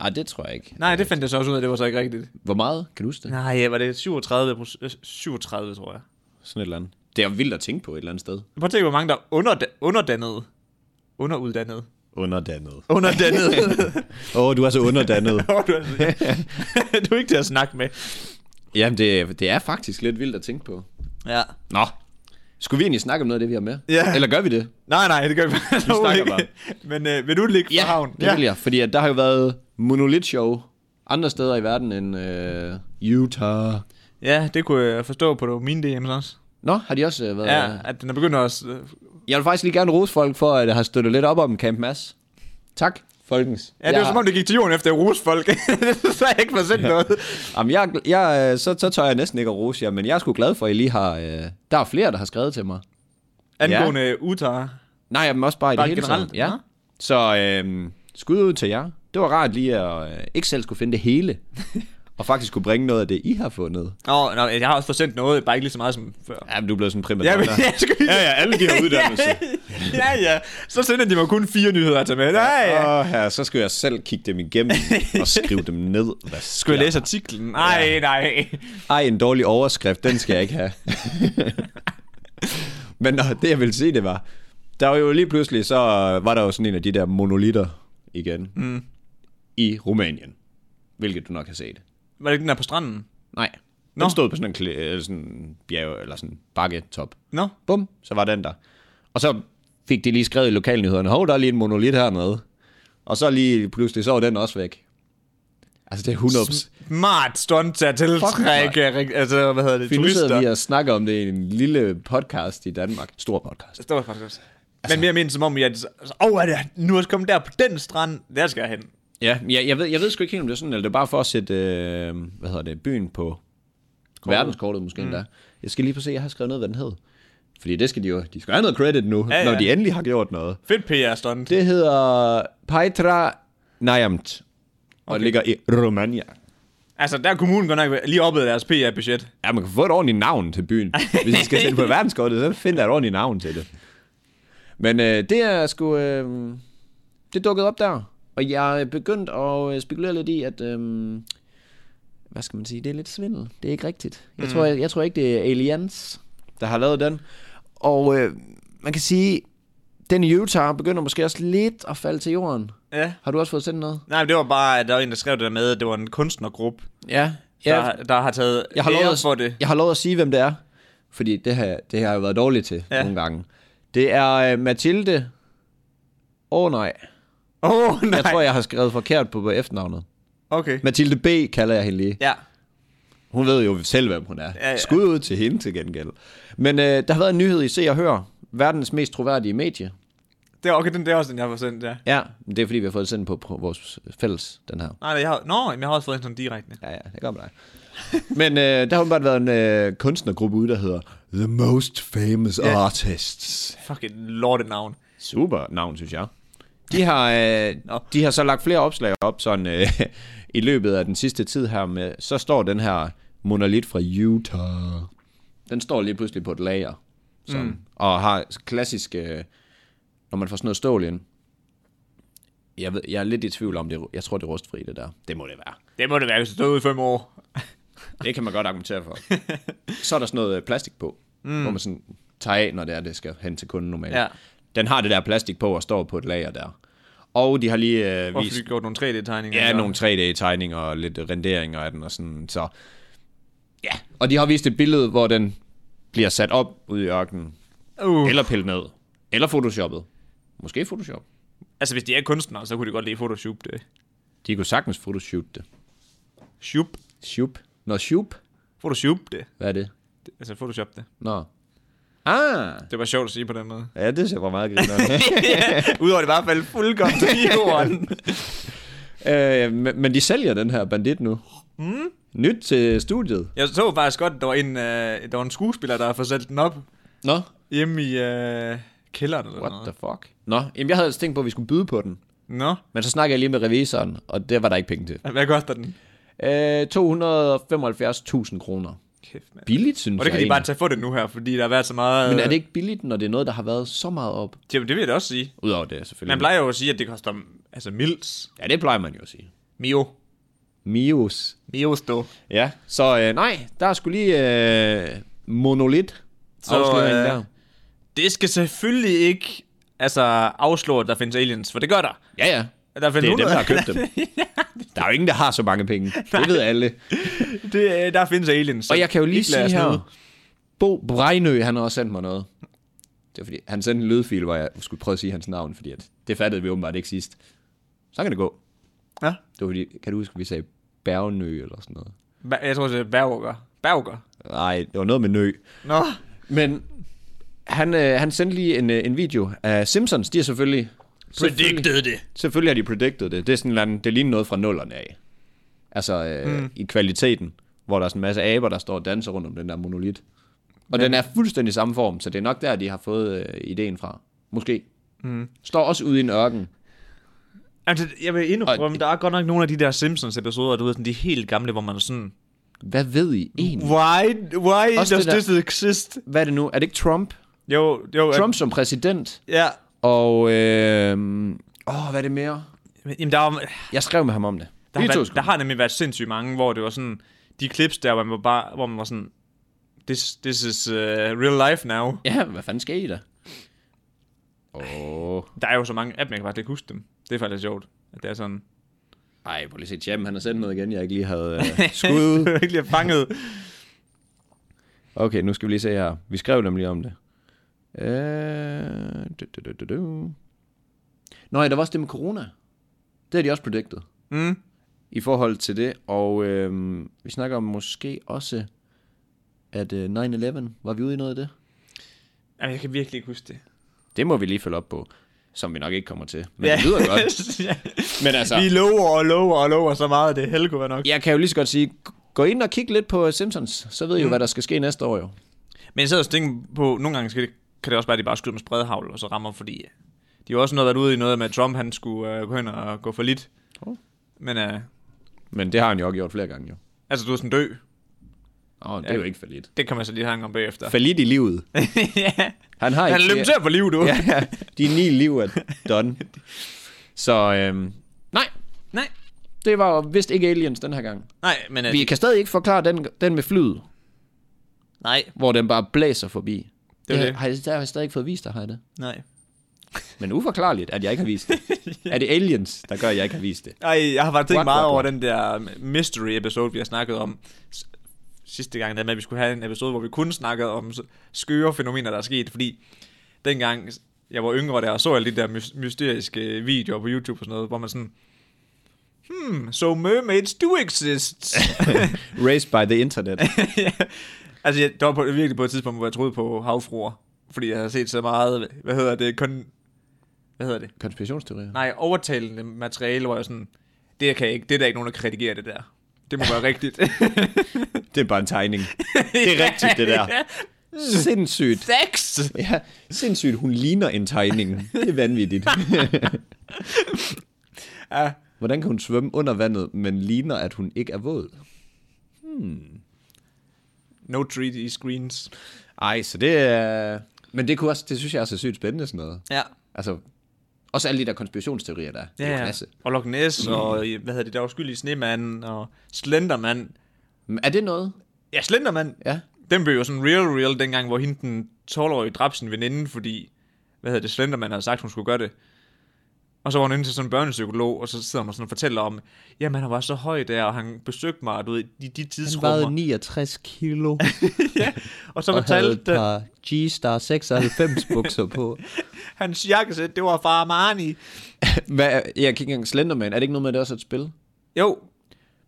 Speaker 3: Ej, det tror jeg ikke.
Speaker 2: Nej, det fandt jeg så også ud af, det var så ikke rigtigt.
Speaker 3: Hvor meget? Kan du huske det?
Speaker 2: Nej, var det 37, proc- øh, 37 tror jeg.
Speaker 3: Sådan et eller andet. Det er jo vildt at tænke på et eller andet sted.
Speaker 2: Prøv at tænke, hvor mange der er underda- underdannede. Underuddannede.
Speaker 3: Underdannet.
Speaker 2: Underdannede.
Speaker 3: Åh, oh, du er så underdannet.
Speaker 2: Åh, du, er- du er ikke til at snakke med.
Speaker 3: Jamen, det, er- det er faktisk lidt vildt at tænke på.
Speaker 2: Ja.
Speaker 3: Nå. Skulle vi egentlig snakke om noget af det, vi har med?
Speaker 2: Ja.
Speaker 3: Eller gør vi det?
Speaker 2: Nej, nej, det gør vi faktisk
Speaker 3: snakker
Speaker 2: ikke. Men øh, vil du ligge fra havn?
Speaker 3: det vil jeg. Fordi at der har jo været monolith-show andre steder i verden end øh, Utah.
Speaker 2: ja, det kunne jeg forstå på mine DM's også.
Speaker 3: Nå, har de også øh, været...
Speaker 2: Ja, at den er begyndt også... øh,
Speaker 3: Jeg vil faktisk lige gerne rose folk for, at jeg har støttet lidt op om Camp Mass. Tak, folkens.
Speaker 2: Ja, det var
Speaker 3: Jeg-
Speaker 2: som om, det gik til jorden efter at rose folk. så har jeg ikke fået sendt noget.
Speaker 3: Jamen, jeg, jeg, øh, så, så tør jeg næsten ikke at rose jer, men jeg er sgu glad for, at I lige har... Øh, der er flere, der har skrevet til mig.
Speaker 2: Angående øh, Utah.
Speaker 3: Nej, men også bare i
Speaker 2: Bare
Speaker 3: det hele
Speaker 2: generelt?
Speaker 3: taget. Ja.
Speaker 2: Nå.
Speaker 3: Så øh, skud ud til jer. det var rart lige at øh, ikke selv skulle finde det hele, og faktisk kunne bringe noget af det, I har fundet.
Speaker 2: Nå, nå, jeg har også fået sendt noget, bare ikke lige så meget som før.
Speaker 3: Ja, men du er blevet sådan en primadonna.
Speaker 2: Ja, men, jeg skulle...
Speaker 3: Ja, ja, alle de har uddannelse.
Speaker 2: ja, ja. Så sender de mig kun fire nyheder til med. Nej, ja.
Speaker 3: Åh, her, så skal jeg selv kigge dem igennem og skrive dem ned. Hvad
Speaker 2: Skulle jeg læse artiklen? Nej, nej.
Speaker 3: Ej, en dårlig overskrift, den skal jeg ikke have. Men nå, det jeg ville sige, det var, der var jo lige pludselig, så var der jo sådan en af de der monolitter igen mm. i Rumænien, hvilket du nok har set.
Speaker 2: Var det ikke den der på stranden?
Speaker 3: Nej. Den
Speaker 2: Nå.
Speaker 3: stod på sådan en, kli- eller sådan en bjerg, eller sådan en bakketop.
Speaker 2: Nå,
Speaker 3: Bum, så var den der. Og så fik de lige skrevet i lokalnyhederne, hov, der er lige en monolit hernede. Og så lige pludselig, så var den også væk. Altså det er 100
Speaker 2: smart stunt til at tiltrække, rigt- altså, hvad hedder det,
Speaker 3: Fordi nu
Speaker 2: turister.
Speaker 3: sidder vi og snakker om det i en lille podcast i Danmark. Stor podcast.
Speaker 2: Det var faktisk også. Men mere mindst som om, at åh, oh, er det, nu er jeg kommet der på den strand, der skal jeg hen.
Speaker 3: Ja, jeg, jeg, ved, jeg ved sgu ikke helt, om det er sådan, eller det er bare for at sætte, øh, hvad hedder det, byen på Kortet. verdenskortet måske mm. endda. Jeg skal lige prøve at se, jeg har skrevet ned, hvad den hed. Fordi det skal de jo, de skal have noget credit nu, ja,
Speaker 2: Ja,
Speaker 3: ja.
Speaker 2: ja.
Speaker 3: når de endelig har gjort noget.
Speaker 2: Fedt PR-stunt.
Speaker 3: Det hedder Petra Najamt, og okay. ligger i Romania.
Speaker 2: Altså, der er kommunen godt nok lige oppede deres PR-budget.
Speaker 3: Ja, man kan få et ordentligt navn til byen. Hvis I skal sætte på verdenskortet, så find der et ordentligt navn til det. Men øh, det er sgu... Øh, det dukkede op der. Og jeg er begyndt at øh, spekulere lidt i, at... Øh, hvad skal man sige? Det er lidt svindel. Det er ikke rigtigt. Jeg, mm. tror, jeg, jeg tror ikke, det er Aliens, der har lavet den. Og øh, man kan sige, den i Utah begynder måske også lidt at falde til jorden.
Speaker 2: Ja.
Speaker 3: Har du også fået sendt noget?
Speaker 2: Nej, men det var bare, at der var en, der skrev det der med, at det var en kunstnergruppe,
Speaker 3: Ja.
Speaker 2: der, ja. der har taget
Speaker 3: jeg har,
Speaker 2: ære
Speaker 3: lov at,
Speaker 2: for det.
Speaker 3: jeg har lov at sige, hvem det er. Fordi det har, det har jeg jo været dårlig til ja.
Speaker 2: Ja.
Speaker 3: nogle gange. Det er øh, Mathilde. Åh oh, nej.
Speaker 2: Åh, oh, nej.
Speaker 3: Jeg tror, jeg har skrevet forkert på, på efternavnet.
Speaker 2: Okay.
Speaker 3: Mathilde B. kalder jeg hende lige.
Speaker 2: Ja.
Speaker 3: Hun ved jo selv, hvem hun er.
Speaker 2: Ja, ja.
Speaker 3: Skud ud til hende til gengæld. Men øh, der har været en nyhed i Se og Hør. Verdens mest troværdige medie.
Speaker 2: Det er okay, den der også, den jeg har fået sendt, ja.
Speaker 3: Ja, det er fordi, vi har fået det sendt på, på vores fælles, den her.
Speaker 2: Nej, nej, jeg har, nå, men jeg har også fået en sådan direkte.
Speaker 3: Ja, ja, det gør man dig. Men øh, der har åbenbart været en øh, kunstnergruppe ude, der hedder The Most Famous
Speaker 2: Ja.
Speaker 3: Artists.
Speaker 2: Fucking lortet navn.
Speaker 3: Super navn, synes jeg. De har, øh, de har så lagt flere opslag op sådan, øh, i løbet af den sidste tid her. Med, så står den her monolit fra Utah. Den står lige pludselig på et lager. Sådan, mm. Og har klassisk, øh, når man får sådan noget stål ind. Jeg, ved, jeg er lidt i tvivl om det. er ru- Jeg tror, det er rustfri, det der. Det må det være.
Speaker 2: Det må det være, hvis du stod ude i fem år.
Speaker 3: Det kan man godt argumentere for. så er der sådan noget øh, plastik på, mm. hvor man sådan tager af, når det er, det skal hen til kunden normalt.
Speaker 2: Ja.
Speaker 3: Den har det der plastik på og står på et lager der. Og de har lige øh,
Speaker 2: Hvorfor
Speaker 3: vist
Speaker 2: du gjort nogle Altså? 3D-tegninger?
Speaker 3: ja,
Speaker 2: eller-
Speaker 3: nogle 3D-tegninger og lidt renderinger af den og sådan. Så. Ja. Og de har vist et billede, hvor den bliver sat op ude i ørkenen.
Speaker 2: Uh.
Speaker 3: Eller pillet ned. Eller photoshoppet. Måske photoshop.
Speaker 2: Altså, hvis de er kunstnere, så kunne de godt lide Photoshop det.
Speaker 3: De kunne sagtens photoshoot det.
Speaker 2: Shoop.
Speaker 3: Shoop. Nå, shoop.
Speaker 2: Photoshop det.
Speaker 3: Hvad er det?
Speaker 2: Det- Altså, Photoshop det.
Speaker 3: Nå. Ah.
Speaker 2: Det var sjovt at sige på den måde.
Speaker 3: Ja, det ser bare meget grinerende.
Speaker 2: Udover det i hvert fald fuldkommen til jorden.
Speaker 3: Øh, men, men de sælger den her bandit nu.
Speaker 2: Hmm?
Speaker 3: Mm. Nyt til studiet.
Speaker 2: Jeg så faktisk godt, at der var en, øh, der var en skuespiller, der har fået sat den op
Speaker 3: Nå,
Speaker 2: hjemme i øh, kælderen eller
Speaker 3: what
Speaker 2: noget.
Speaker 3: the fuck? Nå, jamen jeg havde altså tænkt på, at vi skulle byde på den.
Speaker 2: Nå,
Speaker 3: Men så snakkede jeg lige med revisoren, og det var der ikke penge til.
Speaker 2: hvad koster den?
Speaker 3: Øh, 275.000 kroner.
Speaker 2: Kæft, mand.
Speaker 3: Billigt, synes
Speaker 2: Og det kan
Speaker 3: jeg
Speaker 2: de bare tage for det nu her, fordi der har været så meget...
Speaker 3: Men er det ikke billigt, når det er noget, der har været så meget op?
Speaker 2: Jamen, det vil jeg da også sige.
Speaker 3: Udover det, selvfølgelig.
Speaker 2: Man plejer jo at sige, at det koster altså mils.
Speaker 3: Ja, det plejer man jo at sige.
Speaker 2: Mio.
Speaker 3: Mios.
Speaker 2: Mio stå.
Speaker 3: Ja, så øh, nej, der er sgu lige øh, monolit. Så, øh,
Speaker 2: øh,
Speaker 3: der.
Speaker 2: Det skal selvfølgelig ikke altså, afslå, at der findes aliens, for det gør der.
Speaker 3: Ja, ja.
Speaker 2: Der findes
Speaker 3: Det er dem,
Speaker 2: nogen,
Speaker 3: der har købt dem. Der er jo ingen, der har så mange penge. Det ved alle.
Speaker 2: det, øh, der findes aliens. så
Speaker 3: Og jeg kan jo lige
Speaker 2: ikke lad
Speaker 3: sige
Speaker 2: os nyde.
Speaker 3: her, Bo Brejnø, han har også sendt mig noget. Det var fordi, han sendte en lydfil, hvor jeg skulle prøve at sige hans navn, fordi at det fattede vi åbenbart ikke sidst. Så kan det gå.
Speaker 2: Ja.
Speaker 3: Det var fordi, kan du huske, vi sagde Bergnø eller sådan noget?
Speaker 2: Ba- Jeg tror, det er Berger. Berger.
Speaker 3: Nej, det var noget med nø.
Speaker 2: Nå.
Speaker 3: Men han, øh, han sendte lige en, øh, en video af Simpsons. De er selvfølgelig... selvfølgelig-
Speaker 2: det.
Speaker 3: Selvfølgelig har de predicted det. Det er sådan en eller anden, det ligner noget fra nullerne af. Altså øh, mm. i kvaliteten, hvor der er sådan en masse aber, der står og danser rundt om den der monolit. Og den er fuldstændig samme form, så det er nok der, de har fået øh, ideen fra. Måske. Mm. Står også ude i en ørken.
Speaker 2: Altså, jeg vil indrømme, der er godt nok nogle af de der Simpsons-episoder, du ved, sådan de helt gamle, hvor man er sådan...
Speaker 3: Hvad ved I egentlig?
Speaker 2: Why, why
Speaker 3: Også
Speaker 2: does
Speaker 3: det der-
Speaker 2: this exist?
Speaker 3: Hvad er det nu? Er det ikke Trump?
Speaker 2: Jo, jo...
Speaker 3: Trump som præsident.
Speaker 2: Ja.
Speaker 3: Og... Øh, åh, hvad er det mere?
Speaker 2: Men, Jamen, der, var,
Speaker 3: Jeg skrev med ham om det.
Speaker 2: der,
Speaker 3: Lige
Speaker 2: har
Speaker 3: to
Speaker 2: været,
Speaker 3: sekunder.
Speaker 2: der har nemlig været sindssygt mange, hvor det var sådan... De clips der, hvor man var, bare, hvor man var sådan... This, this is uh, real life now.
Speaker 3: Ja, hvad fanden sker I da? Åh.
Speaker 2: Der er jo så mange af dem, jeg kan faktisk ikke huske dem. Det er faktisk sjovt, at det er sådan...
Speaker 3: Ej, prøv lige at se, Jam, han har sendt noget igen, jeg ikke lige havde øh, skudt.
Speaker 2: Jeg ikke lige er fanget.
Speaker 3: Okay, nu skal vi lige se her. Vi skrev nemlig om det. Øh, du, du, du, du, du. Nå ja, der var også det med corona. Det har de også predicted
Speaker 2: Mm.
Speaker 3: i forhold til det. Og øh, vi snakker om måske også, at øh, 9-11, var vi ude i noget af det?
Speaker 2: Jamen, jeg kan virkelig ikke huske det.
Speaker 3: Det må vi lige følge op på, som vi nok ikke kommer til. Men ja. det lyder godt.
Speaker 2: ja.
Speaker 3: Men altså,
Speaker 2: Vi lover og lover og lover så meget, det er helgo nok.
Speaker 3: jeg kan jo lige så godt sige, gå ind og kig lidt på Simpsons, så ved I jo, hvad der skal ske næste år jo.
Speaker 2: Men jeg sidder og tænker på, nogle gange skal det, kan det også være, at de bare skyder med spredhavl, og så rammer, fordi de har jo også noget været ude i noget med, at Trump han skulle øh, gå hen og gå for lidt.
Speaker 3: Åh.
Speaker 2: Men øh,
Speaker 3: Men det har han jo også gjort flere gange jo.
Speaker 2: altså, du er sådan dø.
Speaker 3: Åh, oh, det er jo ikke for lidt.
Speaker 2: Det kan man så lige hange om bagefter.
Speaker 3: For lidt i livet.
Speaker 2: ja.
Speaker 3: Han har
Speaker 2: Han
Speaker 3: ikke
Speaker 2: løb til at få liv, du.
Speaker 3: ja, ja. De ni liv er done. Så øhm, nej,
Speaker 2: Nej,
Speaker 3: det var jo vist ikke aliens den her gang.
Speaker 2: nej, men øh,
Speaker 3: Vi kan stadig ikke forklare den, den med flyet,
Speaker 2: nej,
Speaker 3: hvor den bare blæser forbi.
Speaker 2: Det er
Speaker 3: har-
Speaker 2: det.
Speaker 3: Har, jeg, der har jeg stadig ikke fået vist dig, har jeg det.
Speaker 2: nej.
Speaker 3: Men uforklarligt, at jeg ikke har vist det. Er det aliens, der gør, at jeg ikke har vist det?
Speaker 2: Ej, jeg har faktisk
Speaker 3: What,
Speaker 2: tænkt meget
Speaker 3: what,
Speaker 2: over
Speaker 3: what?
Speaker 2: den der mystery-episode, vi har snakket om s- sidste gang, der med, at vi skulle have en episode, hvor vi kun snakkede om s- skøre fænomener, der er sket, fordi dengang jeg var yngre der, og så alle de der mys- mysteriske videoer på YouTube og sådan noget, hvor man sådan, hmm, so mermaids do exist.
Speaker 3: Raised by the internet.
Speaker 2: altså, jeg, det var på, virkelig på et tidspunkt, hvor jeg troede på havfruer, fordi jeg havde set så meget, hvad hedder det, kun, hvad hedder det?
Speaker 3: Konspirationsteorier.
Speaker 2: Nej, overtalende materiale, hvor jeg sådan, det kan jeg ikke, det er der ikke nogen, der kan redigere det der. Det må være rigtigt.
Speaker 3: Det er bare en tegning. Det er rigtigt, det der. Mm. Sindssygt.
Speaker 2: Sex!
Speaker 3: Ja, sindssygt. Hun ligner en tegning. Det er vanvittigt.
Speaker 2: Ja,
Speaker 3: Hvordan kan hun svømme under vandet, men ligner, at hun ikke er våd?
Speaker 2: no 3D screens.
Speaker 3: Ej, så det er... Men det, kunne også, det synes jeg også er sygt spændende, sådan noget.
Speaker 2: Ja.
Speaker 3: Altså, også alle de der konspirationsteorier, der er. Det er jo
Speaker 2: Ja, ja.
Speaker 3: klasse.
Speaker 2: Og Loch Ness, og hvad hedder det der uskyldige snemanden, og Slenderman.
Speaker 3: Men Er det noget?
Speaker 2: Ja, Slenderman.
Speaker 3: Ja.
Speaker 2: Den blev jo sådan real real dengang, hvor hende den 12-årige dræbte sin veninde, fordi, hvad hedder det, Slenderman havde sagt, hun skulle gøre det. Og så var hun inde til sådan en børnepsykolog, og så sidder man sådan og fortæller om, jamen han var så høj der, og han besøgte mig, og du ved, i de
Speaker 4: Han
Speaker 2: tidsrummer.
Speaker 4: vejede 69 kilo
Speaker 2: ja. Og så
Speaker 4: og havde et
Speaker 2: fortalte
Speaker 4: par G-Star 96 bukser på.
Speaker 2: hans jakkesæt, det var fra Armani.
Speaker 3: Hvad, er- jeg kan ikke engang Slenderman. Er det ikke noget med, at det også er et spil?
Speaker 2: Jo,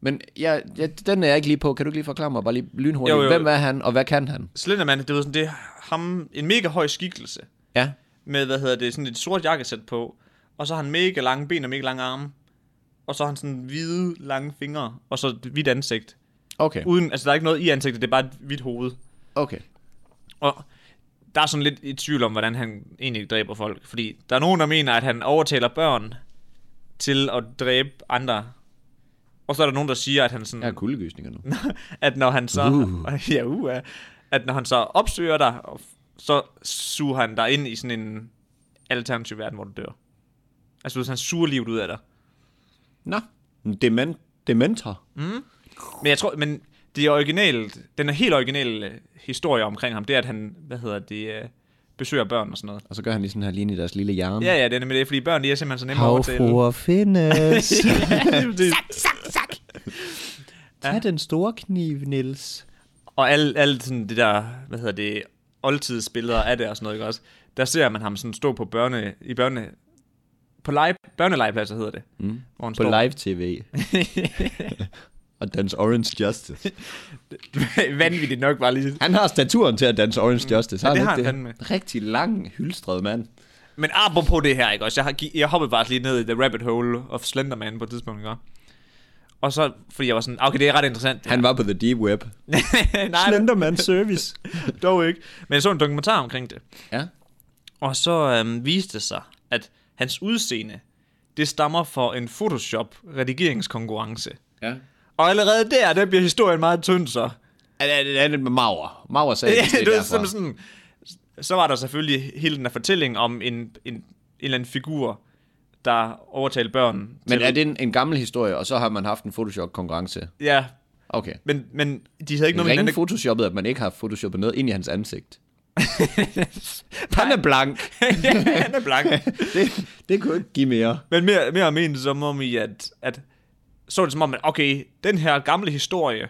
Speaker 3: Men jeg, jeg, den er jeg ikke lige på. Kan du ikke lige forklare mig bare lige lynhurtigt?
Speaker 2: Jo,
Speaker 3: Jo,
Speaker 2: jo.
Speaker 3: jo. Hvem er han, og hvad kan han?
Speaker 2: Slenderman, det var sådan, det er ham, en mega høj skikkelse,
Speaker 3: Ja.
Speaker 2: med, hvad hedder det, sådan et sort jakkesæt på, og så har han mega lange ben og mega lange arme, og så har han sådan hvide, lange fingre, og så et hvidt ansigt.
Speaker 3: Okay.
Speaker 2: Uden, altså der er ikke noget i ansigtet, det er bare et hvidt hoved.
Speaker 3: Okay.
Speaker 2: Og der er sådan lidt i tvivl om, hvordan han egentlig dræber folk, fordi der er nogen, der mener, at han overtaler børn til at dræbe andre. Og så er der nogen, der siger, at han sådan...
Speaker 3: Jeg har kuldegysninger nu.
Speaker 2: at når han så uh. ja, uh, ja. at når han så opsøger dig, og f- så suger han dig ind i sådan en alternativ verden, hvor du dør. Altså, hvis han suger livet ud af dig.
Speaker 3: Nå. Dement, dementor.
Speaker 2: Men jeg tror, men det er originalt, den er helt originale øh, historie omkring ham, det er, at han, hvad hedder det, øh, besøger børn og sådan noget.
Speaker 3: Og så gør han lige sådan her lige ind i deres lille hjerne.
Speaker 2: Ja, ja, det er nemlig det, fordi børn, de er simpelthen så nemme at overtale.
Speaker 4: Havfruer findes.
Speaker 2: Ja, lige præcis.
Speaker 4: Tag den store kniv, Nils.
Speaker 2: og alt al sådan det der, hvad hedder det, oldtidsbilleder af det og sådan noget, ikke også? Der ser man ham sådan stå på børne, i børne, på lege, børnelegepladser hedder det. Mm. Hvor han
Speaker 3: På
Speaker 2: står,
Speaker 3: live tv. og danse Orange Justice.
Speaker 2: vanvittigt nok bare lige.
Speaker 3: Han har staturen til at danse Orange Justice. Har
Speaker 2: Mm. Ja,
Speaker 3: han
Speaker 2: det har
Speaker 3: ikke
Speaker 2: han
Speaker 3: det? Rigtig lang, hylstret mand.
Speaker 2: Men apropos det her, ikke også? Jeg, har, gi- jeg hoppede bare lige ned i The Rabbit Hole of Slenderman på et tidspunkt, ikke også? Og så, fordi jeg var sådan, okay, det er ret interessant.
Speaker 3: Han var på The Deep Web.
Speaker 2: Nej,
Speaker 3: Slenderman Service.
Speaker 2: dog ikke. Men jeg så en dokumentar omkring det.
Speaker 3: ja.
Speaker 2: Og så øhm, viste det sig, at hans udseende, det stammer for en Photoshop-redigeringskonkurrence.
Speaker 3: Ja.
Speaker 2: Og allerede der, der bliver historien meget tynd så.
Speaker 3: Er det, er det med Maurer? Maurer sagde,
Speaker 2: Ja,
Speaker 3: ja, det,
Speaker 2: du
Speaker 3: det
Speaker 2: ved,
Speaker 3: er
Speaker 2: som
Speaker 3: derfra.
Speaker 2: sådan, så var der selvfølgelig hele den her fortælling om en, en, en eller anden figur, der overtalte børn.
Speaker 3: Men er det en, en gammel historie, og så har man haft en Photoshop-konkurrence?
Speaker 2: Ja,
Speaker 3: Okay.
Speaker 2: men, men de havde ikke noget med
Speaker 3: Ringe
Speaker 2: hinanden.
Speaker 3: photoshoppet, at man ikke har photoshoppet noget ind i hans ansigt. Han er blank.
Speaker 2: ja, han er blank.
Speaker 3: Det, det kunne ikke give mere.
Speaker 2: Men mere, mere om en, som om i, at, at så er det som om, at okay, den her gamle historie,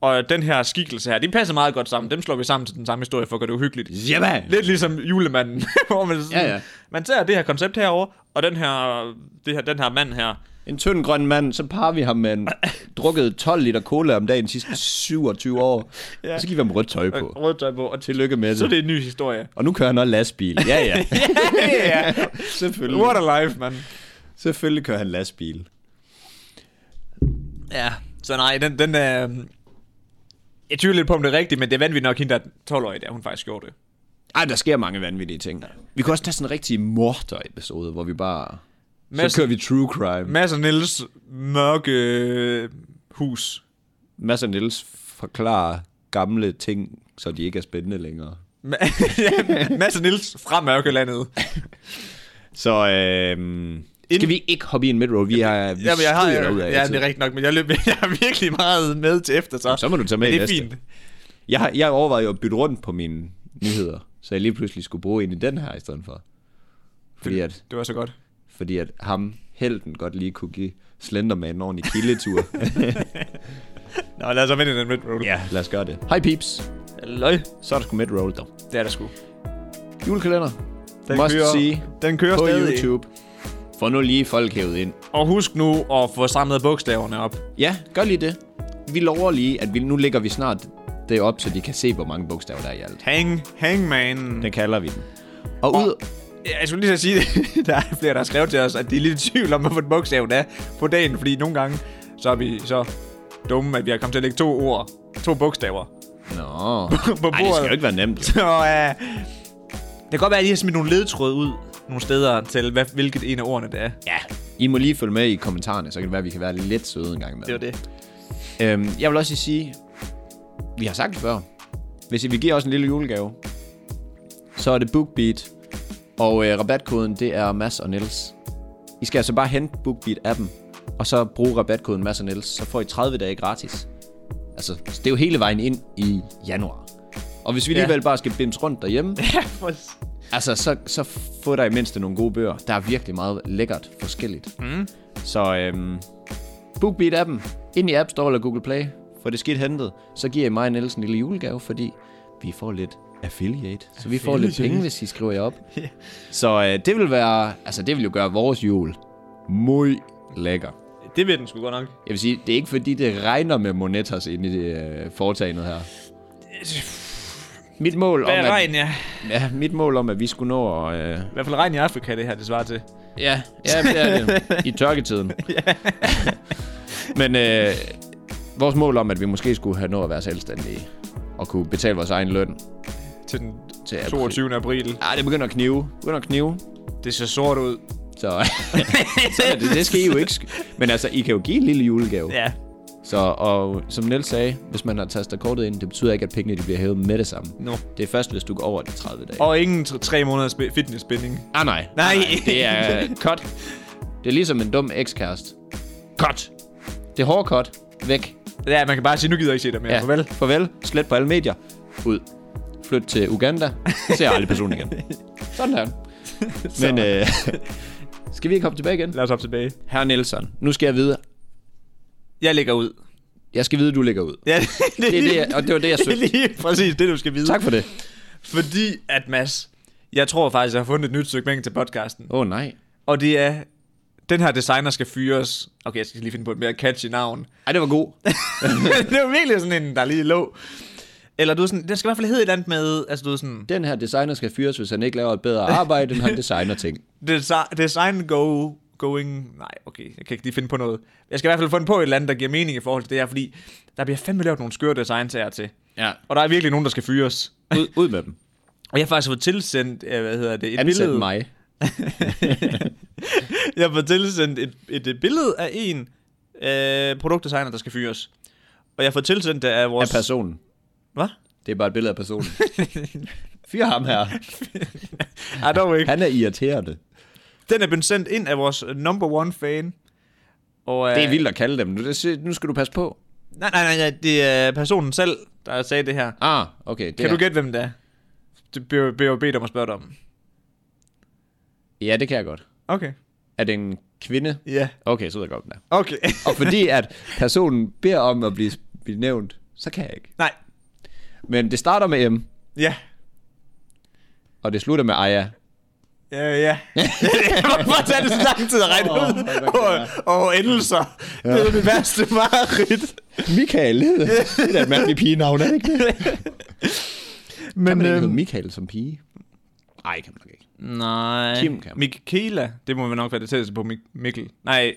Speaker 2: og den her skikkelse her, de passer meget godt sammen. Dem slår vi sammen til den samme historie, for at gøre det uhyggeligt.
Speaker 3: Jamen!
Speaker 2: Lidt ligesom julemanden, hvor man, sådan,
Speaker 3: Ja, ja.
Speaker 2: man tager det her koncept herover og den her, det her, den her mand her.
Speaker 3: En tynd grøn mand, så parer vi ham med en drukket 12 liter cola om dagen de sidste 27 år.
Speaker 2: Ja.
Speaker 3: Ja. Og så giver vi ham rødt tøj på.
Speaker 2: Rødt tøj på, og til,
Speaker 3: Tillykke med
Speaker 2: så er
Speaker 3: det.
Speaker 2: det en ny historie.
Speaker 3: Og nu kører han også lastbil. Ja, ja.
Speaker 2: ja.
Speaker 3: Selvfølgelig.
Speaker 2: What a life, man.
Speaker 3: Selvfølgelig kører han lastbil.
Speaker 2: Ja, så nej, den, den øh, jeg tvivler lidt på, om det er rigtigt, men det er vanvittigt nok hende, der er 12-årig, der hun faktisk gjorde det.
Speaker 3: Ej, der sker mange vanvittige ting. Vi kunne også tage sådan en rigtig morder-episode, hvor vi bare...
Speaker 2: Mads-
Speaker 3: så kører vi true crime.
Speaker 2: Mads og Niels mørke øh, hus.
Speaker 3: Mads og Niels forklarer gamle ting, så de ikke er spændende længere.
Speaker 2: Ma- ja, Mads og Niels fra mørkelandet.
Speaker 3: Så øhm, skal vi ikke hoppe i en midroll? Vi har vi
Speaker 2: Jamen, jeg har,
Speaker 3: stryger
Speaker 2: jeg,
Speaker 3: derudad,
Speaker 2: ja,
Speaker 3: altså.
Speaker 2: det er rigtigt nok, men jeg, løb, jeg er virkelig meget med til efter, så.
Speaker 3: Så må du tage med
Speaker 2: men
Speaker 3: i
Speaker 2: det er
Speaker 3: næste.
Speaker 2: fint.
Speaker 3: Jeg, har- jeg overvejede jo at bytte rundt på mine nyheder, så jeg lige pludselig skulle bruge en i den her i stedet for. Fordi at,
Speaker 2: Det var så godt.
Speaker 3: fordi at ham, helten, godt lige kunne give Slenderman en ordentlig kildetur.
Speaker 2: Nå, lad os så vende den midroll.
Speaker 3: ja, lad os gøre det. Hej peeps.
Speaker 2: Løg.
Speaker 3: Så er der sgu midroll dog.
Speaker 2: Det er der sgu.
Speaker 3: Julekalender.
Speaker 2: Den
Speaker 3: Must
Speaker 2: kører,
Speaker 3: see.
Speaker 2: den kører
Speaker 3: På
Speaker 2: stadig.
Speaker 3: YouTube. Få nu lige folk hævet ind.
Speaker 2: Og husk nu at få samlet bogstaverne op.
Speaker 3: Ja, gør lige det. Vi lover lige, at vi, nu lægger vi snart det op, så de kan se, hvor mange bogstaver der er i alt.
Speaker 2: Hang, hangmanen.
Speaker 3: Den kalder vi den. Og ud...
Speaker 2: Ja, jeg skulle lige så sige, der er flere, der har skrevet til os, at de er lidt i tvivl om, hvorfor bogstaven er på dagen, fordi nogle gange, så er vi så dumme, at vi har kommet til at lægge to ord, to bogstaver
Speaker 3: Nå...
Speaker 2: på
Speaker 3: Ej, det skal
Speaker 2: bordet.
Speaker 3: jo ikke være nemt. jo.
Speaker 2: Så øh, det kan godt være, at I har smidt nogle ledtråde ud nogle steder til, hvad, hvilket en af ordene det er.
Speaker 3: Ja. I må lige følge med i kommentarerne, så kan det være, at vi kan være lidt søde en gang med.
Speaker 2: det.
Speaker 3: Øhm, jeg vil også lige sige, vi har sagt det før. Hvis I vil give os en lille julegave, så er det BookBeat. Og øh, rabatkoden, det er Mads og Niels. I skal altså bare hente BookBeat-appen, og så bruge rabatkoden Mads og Niels, så får I 30 dage gratis. Altså, det er jo hele vejen ind i januar. Og hvis vi
Speaker 2: Ja.
Speaker 3: alligevel bare skal bims rundt derhjemme,
Speaker 2: Ja, for... s-
Speaker 3: Altså, så, så få dig i mindste nogle gode bøger. Der er virkelig meget lækkert forskelligt. Mm. Så øhm, BookBeat-appen, ind i App Store eller Google Play, få det skidt hentet, så giver I mig og Niels en lille julegave, fordi vi får lidt affiliate. Så vi får lidt penge, hvis I skriver jer op. yeah. Så øh, det vil være, altså det vil jo gøre vores jul muy lækker.
Speaker 2: Det ved den sgu godt nok.
Speaker 3: Jeg vil sige, det er ikke fordi, det regner med monetas inde i øh, foretagendet her. Mit mål, om,
Speaker 2: Hvad er
Speaker 3: at,
Speaker 2: regn, ja?
Speaker 3: ja, mit mål om, at vi skulle nå at, øh,
Speaker 2: I hvert fald regn i Afrika, det her, det svarer til.
Speaker 3: Ja, ja det er det. I tørketiden. Men øh, vores mål om, at vi måske skulle have nået at være selvstændige og kunne betale vores egen løn.
Speaker 2: Til den
Speaker 3: Til april.
Speaker 2: 22. april.
Speaker 3: Ah, det begynder at knive. Begynder at knive.
Speaker 2: Det ser sort ud.
Speaker 3: Så, så er det, det skal I jo ikke. sk- Men altså, I kan jo give en lille julegave.
Speaker 2: Ja.
Speaker 3: Så, og som Niels sagde, hvis man har tastet kortet ind, det betyder ikke, at pengene de bliver hævet med det samme.
Speaker 2: No.
Speaker 3: Det er først, hvis du går over de 30 dage.
Speaker 2: Og ingen tre, tre måneders spe- fitnessbinding.
Speaker 3: Ah, nej.
Speaker 2: Nej.
Speaker 3: Det er øh, cut. Det er ligesom en dum ekskæreste. Cut. Det er hårdt cut. Væk.
Speaker 2: Ja, man kan bare sige, nu gider jeg ikke se dig mere. Ja. Farvel.
Speaker 3: Farvel. Slet på alle medier. Ud. Flyt til Uganda. Så ser jeg aldrig personen igen. Sådan der. Men øh, skal vi ikke hoppe tilbage igen?
Speaker 2: Lad os hoppe tilbage.
Speaker 3: Herre Nielsen, nu skal jeg vide.
Speaker 2: Jeg lægger ud.
Speaker 3: Jeg skal vide, du ligger ud.
Speaker 2: Ja, det,
Speaker 3: Det er det, jeg- og det var det, jeg
Speaker 2: det er
Speaker 3: søgte.
Speaker 2: lige præcis det, du skal vide.
Speaker 3: Tak for det.
Speaker 2: Fordi at, Mads, jeg tror faktisk, jeg har fundet et nyt stykke mængde til podcasten.
Speaker 3: Åh oh, nej.
Speaker 2: Og det er, den her designer skal fyres. Okay, jeg skal lige finde på et mere catchy navn.
Speaker 3: Ej, det var god.
Speaker 2: det var virkelig sådan en, der lige lå. Eller du ved sådan, den skal i hvert fald hedde et eller andet med, altså du ved sådan,
Speaker 3: Den her designer skal fyres, hvis han ikke laver et bedre arbejde, end han designer ting.
Speaker 2: desi- design go, going, nej okay, jeg kan ikke lige finde på noget. Jeg skal i hvert fald finde på et eller andet, der giver mening i forhold til det her, fordi der bliver fandme lavet nogle skøre designs her til.
Speaker 3: Ja.
Speaker 2: Og der er virkelig nogen, der skal fyres.
Speaker 3: Ud, ud med dem.
Speaker 2: Og jeg har faktisk fået tilsendt, øh, hvad hedder det, et
Speaker 3: Ansæt
Speaker 2: billede.
Speaker 3: mig.
Speaker 2: jeg får tilsendt et, et, et billede af en øh, produktdesigner, der skal fyres. Og jeg får tilsendt det af
Speaker 3: Af
Speaker 2: vores...
Speaker 3: personen.
Speaker 2: Hvad?
Speaker 3: Det er bare et billede af personen. Fyr ham her.
Speaker 2: Ej, dog ikke.
Speaker 3: Han er irriterende.
Speaker 2: Den er blevet sendt ind af vores number one fan. Og, øh,
Speaker 3: Det er vildt at kalde dem. Nu, det er- nu skal du passe på.
Speaker 2: Nej, nej, nej, nej, det er personen selv, der sagde det her.
Speaker 3: Ah, okay. Det
Speaker 2: Kan
Speaker 3: er-
Speaker 2: du gætte, hvem det er? Det bliver bliver jo bedt om at spørge dig om.
Speaker 3: Ja, det kan jeg godt.
Speaker 2: Okay.
Speaker 3: Er det en kvinde?
Speaker 2: Ja.
Speaker 3: Okay, så ved jeg godt, den er.
Speaker 2: Okay.
Speaker 3: Og fordi at personen beder om at blive, blive nævnt, så kan jeg ikke.
Speaker 2: nej.
Speaker 3: Men det starter med M,
Speaker 2: Ja.
Speaker 3: og det slutter med Aya.
Speaker 2: Ja, ja. Hvorfor tager det så lang tid at regne
Speaker 3: Åh,
Speaker 2: ud?
Speaker 3: hvad
Speaker 2: Og, og endelser. Ja. Det er det værste mareridt.
Speaker 3: Michael. det er da et mærkeligt pigenavn, er det ikke det? Kan
Speaker 2: Men,
Speaker 3: man ikke
Speaker 2: øhm,
Speaker 3: hedde Michael som pige? Nej, kan man nok ikke.
Speaker 2: Nej.
Speaker 3: Kim kan.
Speaker 2: Michaela. Det må man nok være det tætteste på Mik- Mikkel. Nej.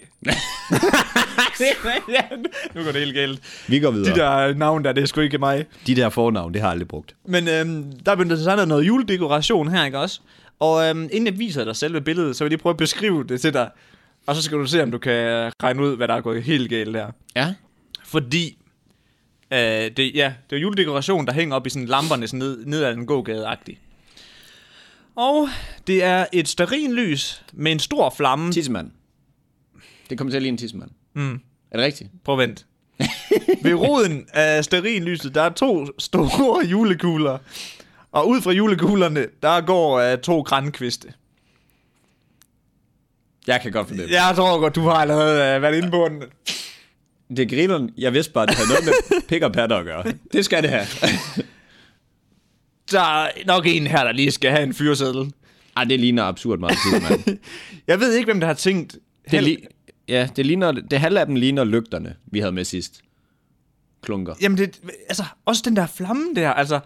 Speaker 2: ja, nu går det helt galt.
Speaker 3: Vi går
Speaker 2: De der navn der, det er sgu ikke mig.
Speaker 3: de der fornavn, det har jeg aldrig brugt.
Speaker 2: Men øhm, der er begyndt at designe noget juledekoration her, ikke også? Og øhm, inden jeg viser dig selve billedet, så vil jeg lige prøve at beskrive det til dig. Og så skal du se, om du kan øh, regne ud, hvad der er gået helt galt der.
Speaker 3: Ja.
Speaker 2: Fordi, øh, det, ja, det er juledekoration, der hænger op i sådan lamperne sådan ned, ned ad en gågade -agtig. Og det er et stearinlys med en stor flamme.
Speaker 3: Tissemand. Det kommer til at ligne en tissemand. Mm. Er det rigtigt?
Speaker 2: Prøv at vent. Ved roden af sterinlyset, der er to store julekugler. Og ud fra julekuglerne, der går uh, to grankviste.
Speaker 3: Jeg kan godt fornemme. Ja.
Speaker 2: Jeg tror godt, du har allerede uh, været inde på den.
Speaker 3: Det er grineren. Jeg vidste bare, at det havde noget med pik og patter at gøre. Det skal det have.
Speaker 2: Der er nok en her, der lige skal have en fyreseddel.
Speaker 3: Ej, det ligner absurd meget tissemand.
Speaker 2: Jeg ved ikke, hvem der har tænkt...
Speaker 3: Det
Speaker 2: Hel-
Speaker 3: li- ja, det ligner, det halve af dem ligner lygterne, vi havde med sidst. Klunker.
Speaker 2: Jamen, det, altså, også den der flamme der, altså...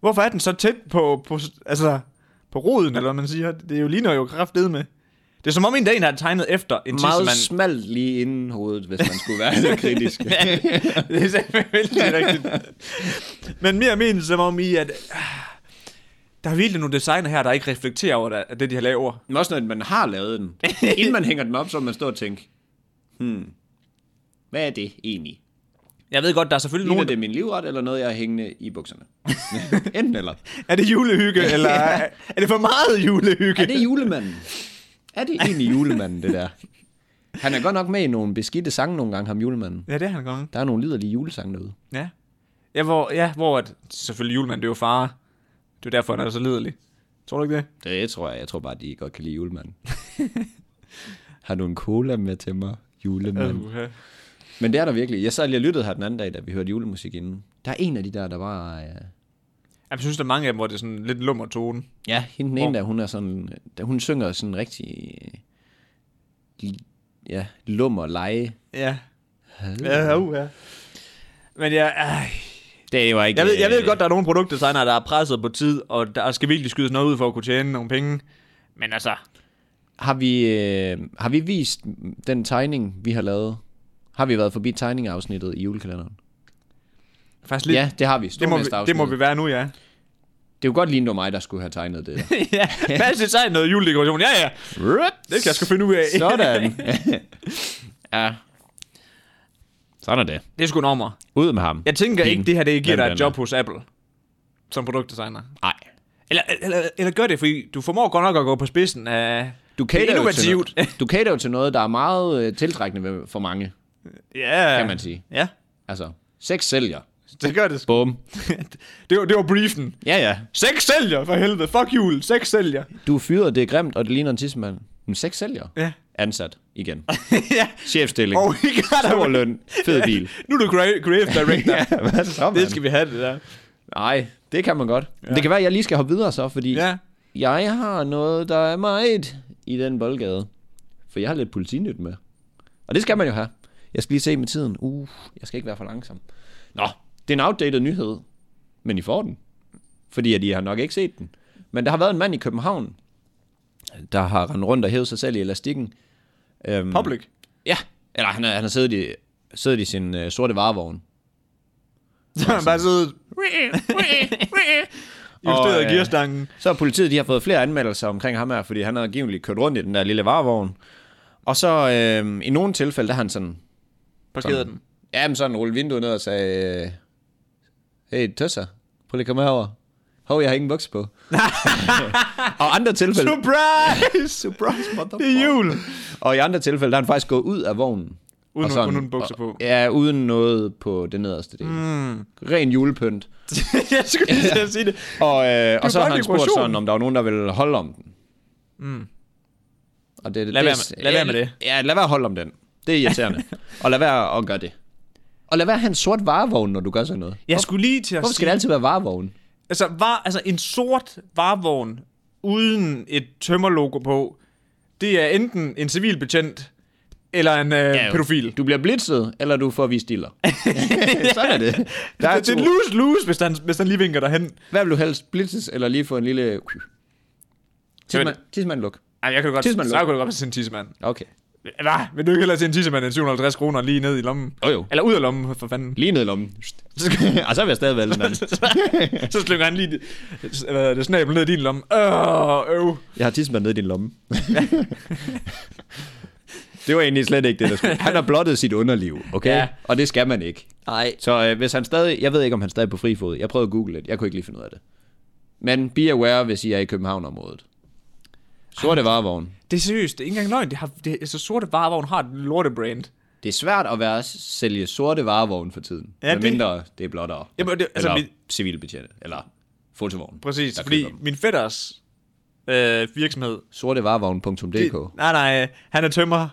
Speaker 2: Hvorfor er den så tæt på, på, altså, på roden, eller hvad man siger? Det er jo lige noget, jo kraftedet med. Det er som om en dag, der har tegnet efter en
Speaker 3: Meget
Speaker 2: tissemand.
Speaker 3: smalt lige inden hovedet, hvis man skulle være så kritisk.
Speaker 2: det er selvfølgelig rigtigt. Men mere men som om i, at ah, der er virkelig nogle designer her, der ikke reflekterer over det, at det de har lavet.
Speaker 3: Men også når man har lavet den. Inden man hænger den op, så må man stå og tænke, hmm, hvad er det egentlig?
Speaker 2: Jeg ved godt, der er selvfølgelig
Speaker 3: Ligner
Speaker 2: nogen...
Speaker 3: det min livret, eller noget, jeg har hængende i bukserne? Enten eller.
Speaker 2: Er det julehygge, eller er, er det for meget julehygge?
Speaker 3: Er det julemanden? Er det egentlig julemanden, det der? Han er godt nok med i nogle beskidte sange nogle gange, ham julemanden.
Speaker 2: Ja, det er han kongen.
Speaker 3: Der er nogle liderlige julesange derude.
Speaker 2: Ja. Ja, hvor, ja, hvor at, selvfølgelig julemanden, det er jo far. Det er jo derfor, han er så liderlig. Tror du ikke det?
Speaker 3: Det tror jeg. Jeg tror bare, de godt kan lide julemanden. har du en cola med til mig, julemanden?
Speaker 2: Uh-huh.
Speaker 3: Men det er der virkelig. Jeg sad lige og lyttede her den anden dag, da vi hørte julemusik inden. Der er en af de der, der var... Øh...
Speaker 2: Jeg synes, der er mange af dem, hvor det er sådan lidt lummer tone.
Speaker 3: Ja, hende den ene
Speaker 2: Hvor?
Speaker 3: der, hun er sådan... Der, hun synger sådan rigtig... øh, li- Ja, lummer leje.
Speaker 2: Ja. Ja, uh, ja. Men ja, øh,
Speaker 3: Det var ikke...
Speaker 2: Jeg ved, jeg ved godt, der er nogle produktdesignere, der er presset på tid, og der skal virkelig skydes noget ud for at kunne tjene nogle penge. Men altså,
Speaker 3: Har vi, øh, har vi vist den tegning, vi har lavet? Har vi været forbi tegningafsnittet i julekalenderen?
Speaker 2: faktisk lidt...
Speaker 3: Ja, det har vi.
Speaker 2: det, må vi,
Speaker 3: Stormester-afsnittet.
Speaker 2: det må vi være nu, ja.
Speaker 3: det er jo godt lige, det var mig, der skulle have tegnet det. der.
Speaker 2: ja, fast design noget juledekoration. Ja, ja, det kan jeg sgu finde ud af.
Speaker 3: Sådan. ja. Sådan er det.
Speaker 2: det er sgu normer.
Speaker 3: Ud med ham.
Speaker 2: Jeg tænker ikke, det her det giver
Speaker 3: Hvem
Speaker 2: dig
Speaker 3: den
Speaker 2: et
Speaker 3: er.
Speaker 2: job hos Apple som produktdesigner.
Speaker 3: Nej.
Speaker 2: Eller, eller, eller gør det, fordi du formår godt nok at gå på spidsen af...
Speaker 3: Du kan
Speaker 2: Det er
Speaker 3: jo til
Speaker 2: innovativt.
Speaker 3: noget, du caterer jo til noget, der er meget øh, tiltrækkende ved- for mange,
Speaker 2: Ja.
Speaker 3: kan man sige.
Speaker 2: Ja,
Speaker 3: Altså, sex sælger.
Speaker 2: det gør det. sgu.
Speaker 3: Bum.
Speaker 2: det, var, det var briefen.
Speaker 3: Ja, ja.
Speaker 2: Sex sælger, for helvede. Fuck jul, sex sælger.
Speaker 3: Du er fyret, det er grimt, og det ligner en tidsmand. Men sex sælger.
Speaker 2: Ja.
Speaker 3: Ansat igen.
Speaker 2: ja,
Speaker 3: Chefstilling.
Speaker 2: og vi gør der
Speaker 3: Stor løn. Fed bil.
Speaker 2: Nu er du crea- creative director.
Speaker 3: ja, hvad så,
Speaker 2: Det skal vi have, det der.
Speaker 3: Nej, det kan man godt. Ja. Det kan være, at jeg lige skal hoppe videre så, fordi ja.
Speaker 2: Ja.
Speaker 3: jeg har noget, der er meget i den boldgade. For jeg har lidt politinyt med. Og det skal man jo have. Jeg skal lige se med tiden. Uh, jeg skal ikke være for langsom. Nå, det er en outdated nyhed. Men I får den. Fordi at I har nok ikke set den. Men der har været en mand i København, der har rendt rundt og hævet sig selv i elastikken. Øhm,
Speaker 2: Public.
Speaker 3: Ja, eller han har, han har siddet, i, siddet i sin øh, sorte varevogn.
Speaker 2: Så har han bare siddet...
Speaker 3: Og,
Speaker 2: Justeret
Speaker 3: øh,
Speaker 2: gearstangen.
Speaker 3: Så har politiet de har fået flere anmeldelser omkring ham her, fordi han har angiveligt kørt rundt i den der lille varevogn. Og så øh, i nogle tilfælde, der har han sådan,
Speaker 2: Parkerede den.
Speaker 3: jamen sådan rulle vinduet ned og sagde, øh, hey, tøsser, prøv lige at komme herover. Hov, jeg har ingen bukser på. og andre tilfælde,
Speaker 2: Surprise!
Speaker 3: surprise,
Speaker 2: Det er jul!
Speaker 3: og i andre tilfælde, der er han faktisk gået ud af vognen.
Speaker 2: Uden,
Speaker 3: og
Speaker 2: sådan, uden bukser
Speaker 3: og-
Speaker 2: på.
Speaker 3: Ja, uden noget på det nederste del. Mm. Ren julepynt.
Speaker 2: jeg skulle lige til at sige det.
Speaker 3: Og, øh, og så
Speaker 2: bare
Speaker 3: har han spurgt
Speaker 2: dekoration.
Speaker 3: sådan, om der var nogen, der ville holde om den. Mm. Og det,
Speaker 2: Lad
Speaker 3: det,
Speaker 2: være med- lad være med det.
Speaker 3: Ja, lad være at holde om den. Det er irriterende. og lad være at gøre det. Og lad være at have en sort varevogn, når du gør sådan noget.
Speaker 2: Jeg skulle lige til at
Speaker 3: Hvorfor skal
Speaker 2: sige...
Speaker 3: det altid være varevogn?
Speaker 2: Altså, var, altså, en sort varevogn uden et tømmerlogo på, det er enten en civilbetjent eller en øh, ja, pædofil.
Speaker 3: Du bliver blitzet, eller du får vist dealer. sådan er det. Der er
Speaker 2: det, det
Speaker 3: to.
Speaker 2: er lose-lose, hvis han, hvis han lige vinker derhen.
Speaker 3: Hvad vil du helst? Blitzes, eller lige få en lille... Tidsmand, tidsmand luk.
Speaker 2: Ej, jeg kunne godt,
Speaker 3: Tissemand
Speaker 2: så
Speaker 3: luk.
Speaker 2: kunne du godt se en tissemand.
Speaker 3: Okay.
Speaker 2: Hvad? Vil du ikke hellere se en tissemand end 750 kroner lige ned i lommen?
Speaker 3: Jo, jo.
Speaker 2: Eller ud af lommen, for fanden.
Speaker 3: Lige ned i lommen. og så vil jeg stadig vælge den anden.
Speaker 2: så slynger han lige det, hvad hedder det snabel ned i din lomme. Øh, øv.
Speaker 3: Jeg har tidsmand ned i din lomme. det var egentlig slet ikke det, der skulle. Han har blottet sit underliv, okay?
Speaker 2: Ja.
Speaker 3: Ja. Og det skal man ikke. Nej. Så øh, hvis han stadig... Jeg ved ikke, om han stadig er på fri fod. Jeg prøvede at google det. Jeg kunne ikke lige finde ud af det. Men be aware, hvis I er i København-området. Sorte varevogn.
Speaker 2: Det er seriøst, det er ikke engang løgn. Det har, det, altså, sorte varevogn har et lortebrand.
Speaker 3: Det er svært at være sælge sorte varevogn for tiden.
Speaker 2: Ja,
Speaker 3: Ja,
Speaker 2: det-
Speaker 3: det... mindre det er blottere.
Speaker 2: Jamen, det- altså,
Speaker 3: eller
Speaker 2: vi-
Speaker 3: civilbetjente. Eller fotovogn.
Speaker 2: Præcis,
Speaker 3: der
Speaker 2: fordi
Speaker 3: køber dem.
Speaker 2: min fætters øh, virksomhed...
Speaker 3: Sortevarevogn.dk
Speaker 2: De, nej, nej, han er tømmer.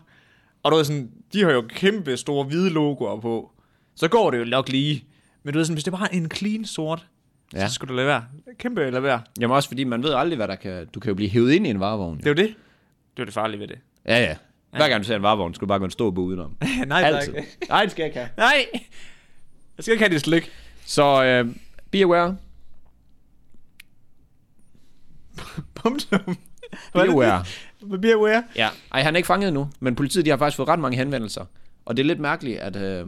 Speaker 2: Og du ved sådan, de har jo kæmpe store hvide logoer på. Så går det jo nok lige. Men du ved sådan, hvis det bare er en clean sort, ja.
Speaker 3: Ja.
Speaker 2: så skulle du lade være. Kæmpe lade være.
Speaker 3: Jamen også fordi, man ved aldrig, hvad der kan... Du kan jo blive hævet ind i en varevogn.
Speaker 2: Det er jo det. Det er jo det farlige ved det.
Speaker 3: Ja, ja. Hver gang du ser en varevogn, skal du bare gå en stor bo udenom.
Speaker 2: nej,
Speaker 3: Altid.
Speaker 2: tak.
Speaker 3: Nej, det skal jeg ikke have.
Speaker 2: Nej! Jeg skal ikke have det slik.
Speaker 3: Så øh, be aware.
Speaker 2: Bumsum.
Speaker 3: Be aware.
Speaker 2: Be aware.
Speaker 3: Ja. Ej, han er ikke fanget endnu, men politiet de har faktisk fået ret mange henvendelser. Og det er lidt mærkeligt, at øh,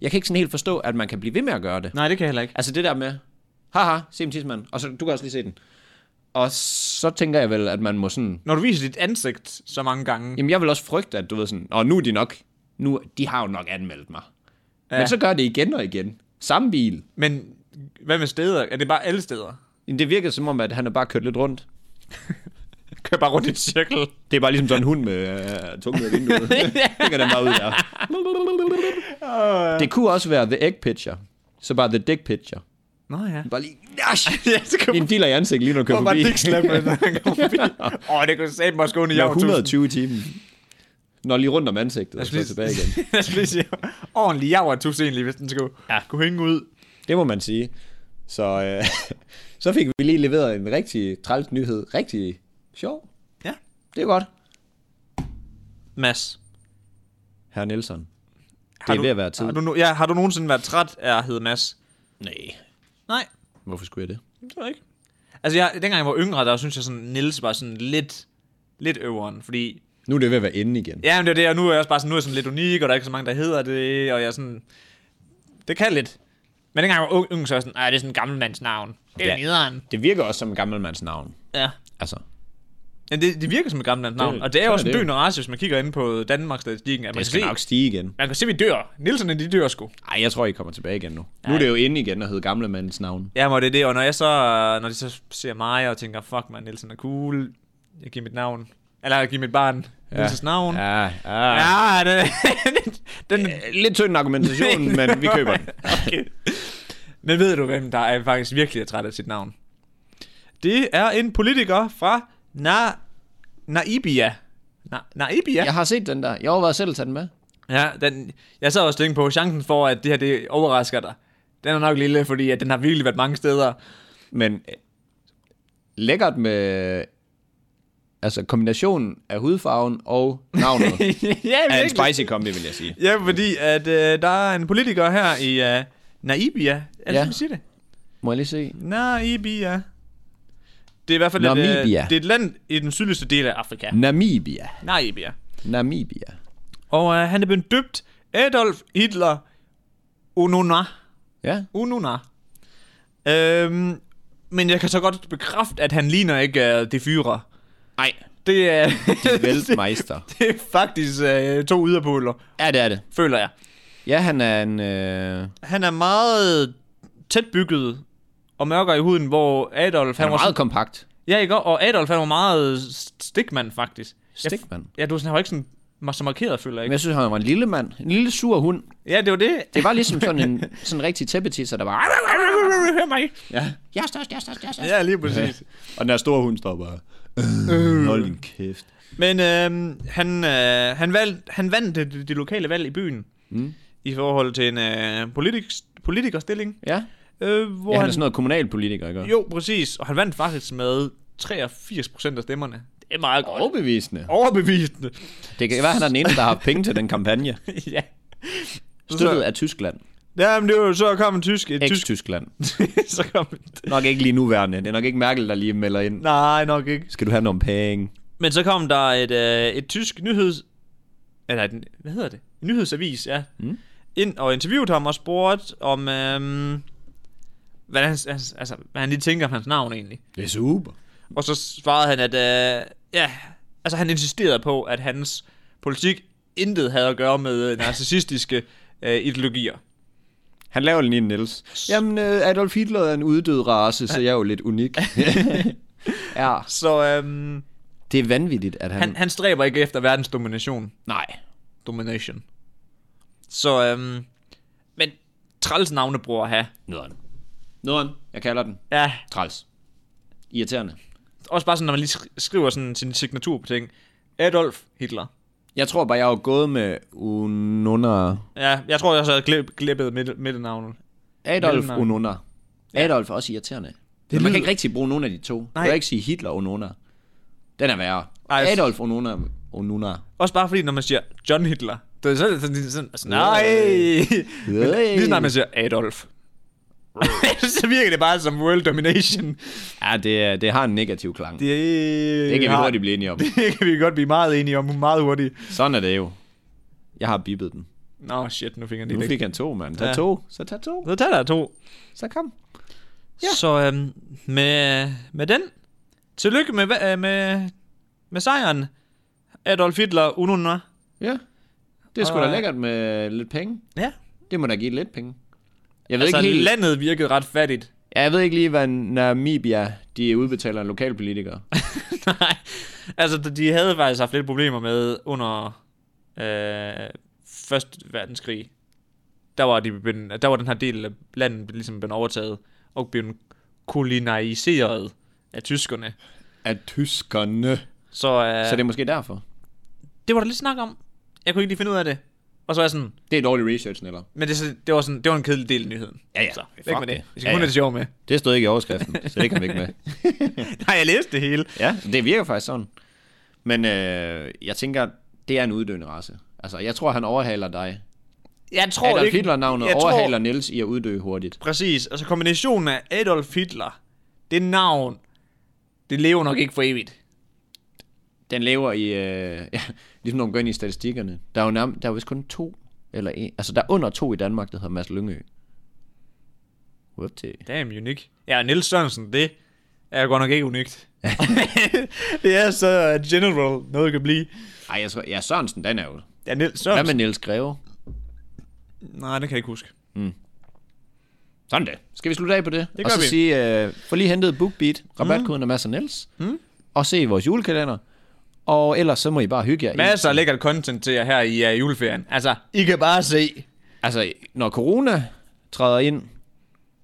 Speaker 3: jeg kan ikke sådan helt forstå, at man kan blive ved med at gøre det.
Speaker 2: Nej, det kan jeg heller ikke.
Speaker 3: Altså det der med, haha, se en tidsmand, og så, du kan også lige se den. Og så tænker jeg vel, at man må sådan,
Speaker 2: Når du viser dit ansigt så mange gange.
Speaker 3: jamen jeg vil også frygte, at du ved sådan, og nu er de nok, nu, de har jo nok anmeldt mig. Ja. Men så gør det igen og igen. Samme bil.
Speaker 2: Men hvad med steder? Er det bare alle steder?
Speaker 3: Jamen, Det virker som om, at han har bare kørt lidt rundt.
Speaker 2: Kør bare rundt i en cirkel.
Speaker 3: Det er bare ligesom sådan en hund med øh, tunge ud af vinduet. det kan den bare ud der.
Speaker 2: Ah.
Speaker 3: Det kunne også være the egg picture. Så bare the dick picture.
Speaker 2: Nå ja.
Speaker 3: Bare lige
Speaker 2: ja så kan
Speaker 3: en dealer i ansigtet lige når du kører
Speaker 2: man bare
Speaker 3: forbi.
Speaker 2: dick slap, når han kommer forbi. Åh, oh, det kunne sætte mig skåne i
Speaker 3: Når
Speaker 2: jav
Speaker 3: 120 i timen. Når lige rundt om ansigtet, og
Speaker 2: skulle
Speaker 3: så
Speaker 2: lige-
Speaker 3: tilbage igen.
Speaker 2: Jeg skulle lige sige, ordentlig jav og tus egentlig, hvis den skulle ja. kunne hænge ud.
Speaker 3: Det må man sige. Så, øh, så fik vi lige leveret en rigtig træls nyhed. Rigtig sjov.
Speaker 2: Ja.
Speaker 3: Det er godt.
Speaker 2: Mads.
Speaker 3: Herr Nielsen.
Speaker 2: har
Speaker 3: Det er
Speaker 2: du-
Speaker 3: ved at være tid.
Speaker 2: Har du, no- ja, har du nogensinde været træt af at hedde Mads?
Speaker 3: Nej.
Speaker 2: Nej,
Speaker 3: Hvorfor skulle jeg det?
Speaker 2: det tror jeg ikke. Altså, jeg, dengang jeg var yngre, der synes jeg sådan, Nils var sådan lidt, lidt øveren, fordi
Speaker 3: Nu er det ved at være inde igen.
Speaker 2: Ja, men det er det, og nu er jeg også bare sådan, nu er jeg sådan lidt unik, og der er ikke så mange, der hedder det, og jeg er sådan, det kan lidt. Men dengang jeg var ung, ung så var jeg sådan, nej, det er sådan en gammelmands navn. Det er
Speaker 3: Ja.
Speaker 2: nederen.
Speaker 3: Det virker også som en gammelmands navn.
Speaker 2: Ja.
Speaker 3: Altså,
Speaker 2: ja det, det, virker som et gammelmands navn,
Speaker 3: Det-
Speaker 2: og det er
Speaker 3: sådan
Speaker 2: også
Speaker 3: er
Speaker 2: en
Speaker 3: det jo.
Speaker 2: døende race, hvis man kigger ind på Danmarks statistikken. At man, kan
Speaker 3: det skal
Speaker 2: se,
Speaker 3: nok stige igen.
Speaker 2: man kan se, vi dør. Nielsen de dør sgu.
Speaker 3: Ej, jeg tror, I kommer tilbage igen nu. Nu er det jo inde igen og hedder gamle mandens navn.
Speaker 2: Ja, men det er det, og når jeg så, når de så ser mig og tænker, fuck man, Nielsen er cool, jeg giver mit navn. Eller jeg giver mit barn ja. Nielsens navn. Ja,
Speaker 3: Ja, ja.
Speaker 2: ja det, den,
Speaker 3: Lidt tynd argumentation, men vi køber den.
Speaker 2: okay. Men ved du, hvem der er faktisk virkelig er træt af sit navn? Det er en politiker fra Na... Naibia. Na... Naibia? Ja.
Speaker 3: Jeg har set den der. Jeg overvejede selv at tage den med.
Speaker 2: ja den... Jeg sad også tænke på, chancen for, at det her det overrasker dig, den er nok lille, fordi at den har virkelig været mange steder.
Speaker 3: Men øh, lækkert med altså kombinationen af hudfarven og navnet
Speaker 2: ja,
Speaker 3: er en
Speaker 2: virkelig.
Speaker 3: spicy kombi, vil jeg sige.
Speaker 2: Ja, fordi at, øh, der er en politiker her i øh, Naibia. Er det,
Speaker 3: Ja.
Speaker 2: ja. siger det?
Speaker 3: Må jeg lige se?
Speaker 2: Naibia. Det er i hvert fald et, øh, det
Speaker 3: Namibia. Mm.
Speaker 2: er et land i den sydligste del af Afrika.
Speaker 3: Namibia.
Speaker 2: Naibia.
Speaker 3: Namibia.
Speaker 2: Og øh, han er blevet døbt Adolf Hitler Unona.
Speaker 3: Ja,
Speaker 2: Unona. Øhm, men jeg kan så godt bekræfte, at han ligner ikke øh, det fyre.
Speaker 3: Nej.
Speaker 2: Det er,
Speaker 3: Weltmeister.
Speaker 2: det er faktisk øh, to yderpoler,
Speaker 3: Ja, det er det.
Speaker 2: føler jeg.
Speaker 3: Ja, han er en... Øh,
Speaker 2: Han er meget tæt bygget og mørkere i huden, hvor Adolf...
Speaker 3: han er
Speaker 2: var
Speaker 3: meget
Speaker 2: sådan,
Speaker 3: kompakt.
Speaker 2: Ja, ikke? Og Adolf han var meget stikmand, faktisk. Jeg-
Speaker 3: Stikmand.
Speaker 2: Ja, du var sådan, han var ikke sådan var så markeret, føler jeg
Speaker 3: Men
Speaker 2: ikke.
Speaker 3: jeg synes, han var en lille mand. En lille sur hund.
Speaker 2: Ja, det var det.
Speaker 3: Det var ligesom sådan en sådan en rigtig tæppetisser, der var...
Speaker 2: Hør mig.
Speaker 3: Ja.
Speaker 5: Jeg er størst, jeg er størst, jeg er størst.
Speaker 2: Ja, lige præcis.
Speaker 3: Og den der store hund står bare... Øh, hold din kæft.
Speaker 2: Men øh, han, øh, han, valg, han vandt det, det lokale valg i byen.
Speaker 3: Mm.
Speaker 2: I forhold til en øh, politik, politikerstilling.
Speaker 3: Ja,
Speaker 2: Øh, hvor
Speaker 3: ja han er sådan noget kommunalpolitiker, ikke?
Speaker 2: Jo, præcis. Og han vandt faktisk med 83% af stemmerne. Det er meget godt.
Speaker 3: Overbevisende.
Speaker 2: Overbevisende.
Speaker 3: Det kan være, han er den eneste, der har haft penge til den kampagne.
Speaker 2: ja.
Speaker 3: Støttet af Tyskland.
Speaker 2: Jamen, det var jo så kom en tysk. En tysk.
Speaker 3: Ex-Tyskland.
Speaker 2: så kom en...
Speaker 3: Nok ikke lige nuværende. Det er nok ikke Merkel, der lige melder ind.
Speaker 2: Nej, nok ikke.
Speaker 3: Skal du have nogle penge?
Speaker 2: Men så kom der et, øh, et tysk nyheds... Eller et, hvad hedder det? En nyhedsavis, ja. Mm. Ind og interviewede ham og spurgte om... Øhm, hvad, han, altså, hvad han lige tænker om hans navn egentlig.
Speaker 3: Det er super.
Speaker 2: Og så svarede han, at... Øh, ja, altså han insisterede på, at hans politik intet havde at gøre med øh, narcissistiske øh, ideologier.
Speaker 3: Han laver lige en Niels. Jamen, øh, Adolf Hitler er en uddød race, så jeg er jo lidt unik. ja.
Speaker 2: Så øhm,
Speaker 3: Det er vanvittigt, at han...
Speaker 2: han, han stræber ikke efter verdens domination.
Speaker 3: Nej.
Speaker 2: Domination. Så øhm, men træls navnebror at have.
Speaker 3: Nøderen. Nøderen. Jeg kalder den.
Speaker 2: Ja,
Speaker 3: Træls. Irriterende.
Speaker 2: også bare sådan, når man lige sk- skriver sådan sin signatur på ting. Adolf Hitler.
Speaker 3: Jeg tror bare, jeg har jo gået med Ununa.
Speaker 2: Ja, jeg tror, jeg så havde glip, glippet midt, midtenavnet.
Speaker 3: Adolf
Speaker 2: Mellemnavn.
Speaker 3: Ununa. Adolf er også irriterende. Det man kan ikke rigtig bruge nogen af de to. Nej. Du kan ikke sige Hitler Ununa. Den er værre.
Speaker 2: Ej, jeg-
Speaker 3: Adolf Ununa. Ununa.
Speaker 2: Også bare fordi, når man siger John Hitler. Det er sådan, sådan, sådan, sådan altså, nej. Men Lige snart man siger Adolf. så virker det bare som world domination.
Speaker 3: Ja, det, er- det har en negativ klang. Det,
Speaker 2: Det,
Speaker 3: det kan vi hurtigt blive enige om.
Speaker 2: Det kan vi godt blive meget enige om, meget hurtigt.
Speaker 3: Sådan er det jo. Jeg har bippet den.
Speaker 2: Nå, shit, nu fik han det
Speaker 3: Nu
Speaker 2: ikke.
Speaker 3: fik han to, mand. Tag
Speaker 2: Ja.
Speaker 3: to. Så tag to.
Speaker 2: Så tager der to.
Speaker 3: Så kom.
Speaker 2: Ja. Så øhm, med, med den, tillykke med, hva- øh, med, med sejren, Adolf Hitler, Ununna.
Speaker 3: Ja. Det er sgu
Speaker 2: Og-
Speaker 3: da lækkert med lidt penge.
Speaker 2: Ja,
Speaker 3: Det må da give lidt penge. Jeg ved,
Speaker 2: altså
Speaker 3: ikke, helt,
Speaker 2: landet virkede ret fattigt.
Speaker 3: ja, jeg ved ikke lige, hvad Namibia de udbetaler en lokalpolitiker.
Speaker 2: Nej, altså de havde faktisk haft lidt problemer med under øh, Første Verdenskrig. Der var, de begyndt, der var den her del af landet ligesom blevet overtaget og blevet kolonialiseret af tyskerne.
Speaker 3: Af tyskerne.
Speaker 2: Så, øh,
Speaker 3: Så det er måske derfor.
Speaker 2: det var der lidt snak om. Jeg kunne ikke lige finde ud af det. Og så er jeg sådan,
Speaker 3: Det er dårlig research, eller?
Speaker 2: Men det, er så- det, var sådan, det var en kedelig del af nyheden.
Speaker 3: Ja, ja.
Speaker 2: Så, væk
Speaker 3: Fuck
Speaker 2: med det.
Speaker 3: det.
Speaker 2: Vi skal
Speaker 3: Ja,
Speaker 2: kun
Speaker 3: ja.
Speaker 2: have det sjov med.
Speaker 3: Det stod ikke i overskriften, så det kan vi ikke med.
Speaker 2: Nej, jeg læste det hele.
Speaker 3: Ja, det virker faktisk sådan. Men øh, jeg tænker, det er en uddøende race. Altså, jeg tror, han overhaler dig.
Speaker 2: Jeg tror
Speaker 3: Adolf
Speaker 2: ikke...
Speaker 3: Hitler-navnet
Speaker 2: jeg tror-
Speaker 3: overhaler Niels i at uddø hurtigt.
Speaker 2: Præcis. Altså kombinationen af Adolf Hitler, det navn, det lever nok ikke for evigt.
Speaker 3: Den lever i, øh, ja, ligesom når man går ind i statistikkerne. Der er jo nærmest, der er vist kun to, eller en, altså der er under to i Danmark, der hedder Mads Lyngø. Whoop til.
Speaker 2: Damn, unik. Ja, Niels Sørensen, det er godt nok ikke unikt. det er så uh, general, noget kan blive.
Speaker 3: Ej, jeg tror, ja, Sørensen, den er jo.
Speaker 2: Ja, Niels
Speaker 3: Hvad
Speaker 2: Sørensen.
Speaker 3: med Niels Greve?
Speaker 2: Nej, det kan jeg ikke huske.
Speaker 3: Sådan det. Skal vi slutte af på det?
Speaker 2: Det
Speaker 3: og
Speaker 2: gør
Speaker 3: så
Speaker 2: vi. Mm.
Speaker 3: sige, øh, få lige hentet BookBeat, rabatkoden er Mads og Niels, mm. og se vores julekalender. Og ellers så må I bare hygge jer.
Speaker 2: Masser af lækkert content til jer her i uh, juleferien. Altså, I kan bare se.
Speaker 3: Altså, når corona træder ind,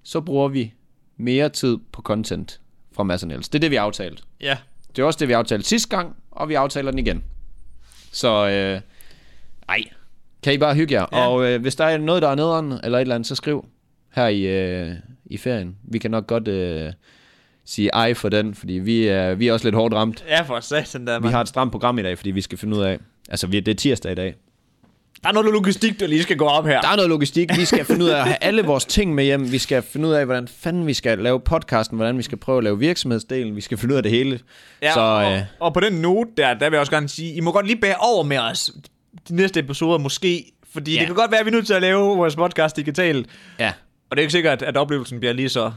Speaker 3: så bruger vi mere tid på content fra Mads og Niels. Det er det, vi har aftalt.
Speaker 2: Ja.
Speaker 3: Det er også det, vi aftalte sidste gang, og vi aftaler den igen. Så, øh, ej, kan I bare hygge jer. Ja. Og øh, hvis der er noget, der er nederen, eller et eller andet, så skriv her i, øh, i ferien. Vi kan nok godt øh, sige ej for den, fordi vi er, vi er også lidt hårdt ramt.
Speaker 2: Ja, for satan der,
Speaker 3: Vi
Speaker 2: man.
Speaker 3: har et stramt program i dag, fordi vi skal finde ud af... Altså, vi, det er tirsdag i dag.
Speaker 2: Der er noget logistik, der lige skal gå op her.
Speaker 3: Der er noget logistik. Vi skal finde ud af at have alle vores ting med hjem. Vi skal finde ud af, hvordan fanden vi skal lave podcasten, hvordan vi skal prøve at lave virksomhedsdelen. Vi skal finde ud af det hele.
Speaker 2: Ja,
Speaker 3: så,
Speaker 2: og,
Speaker 3: øh,
Speaker 2: og på den note der, der vil jeg også gerne sige, I må godt lige bære over med os de næste episoder måske, fordi ja.
Speaker 3: Ja.
Speaker 2: det kan godt være, at vi er nødt til at lave vores podcast digitalt,
Speaker 3: ja.
Speaker 2: og det er ikke sikkert, at oplevelsen bliver lige så...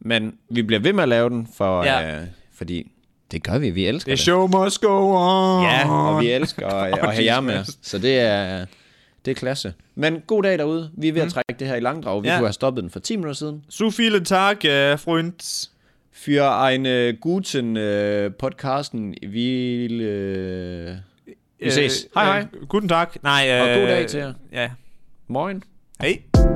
Speaker 3: Men vi bliver ved med at lave den, for,
Speaker 2: Ja.
Speaker 3: ja. øh, fordi Det gør vi, vi elsker
Speaker 2: The show must go on.
Speaker 3: Ja, og vi elsker at, at have jer med.
Speaker 2: Jesus.
Speaker 3: Så det er, det er klasse. Men god dag derude. Vi er ved at trække det her i langdrag. Vi
Speaker 2: Mm. Ja.
Speaker 3: ja. kunne have stoppet den for 10 minutter siden.
Speaker 2: So vielen Tag, äh, Freund.
Speaker 3: Für eine øh, guten äh, Podcasten. Vi, øh, vi ses.
Speaker 2: Äh, Øh, Guten Tag. Nej,
Speaker 3: Og
Speaker 2: äh,
Speaker 3: god dag til jer.
Speaker 2: Ja.
Speaker 3: Moin.
Speaker 2: Hej.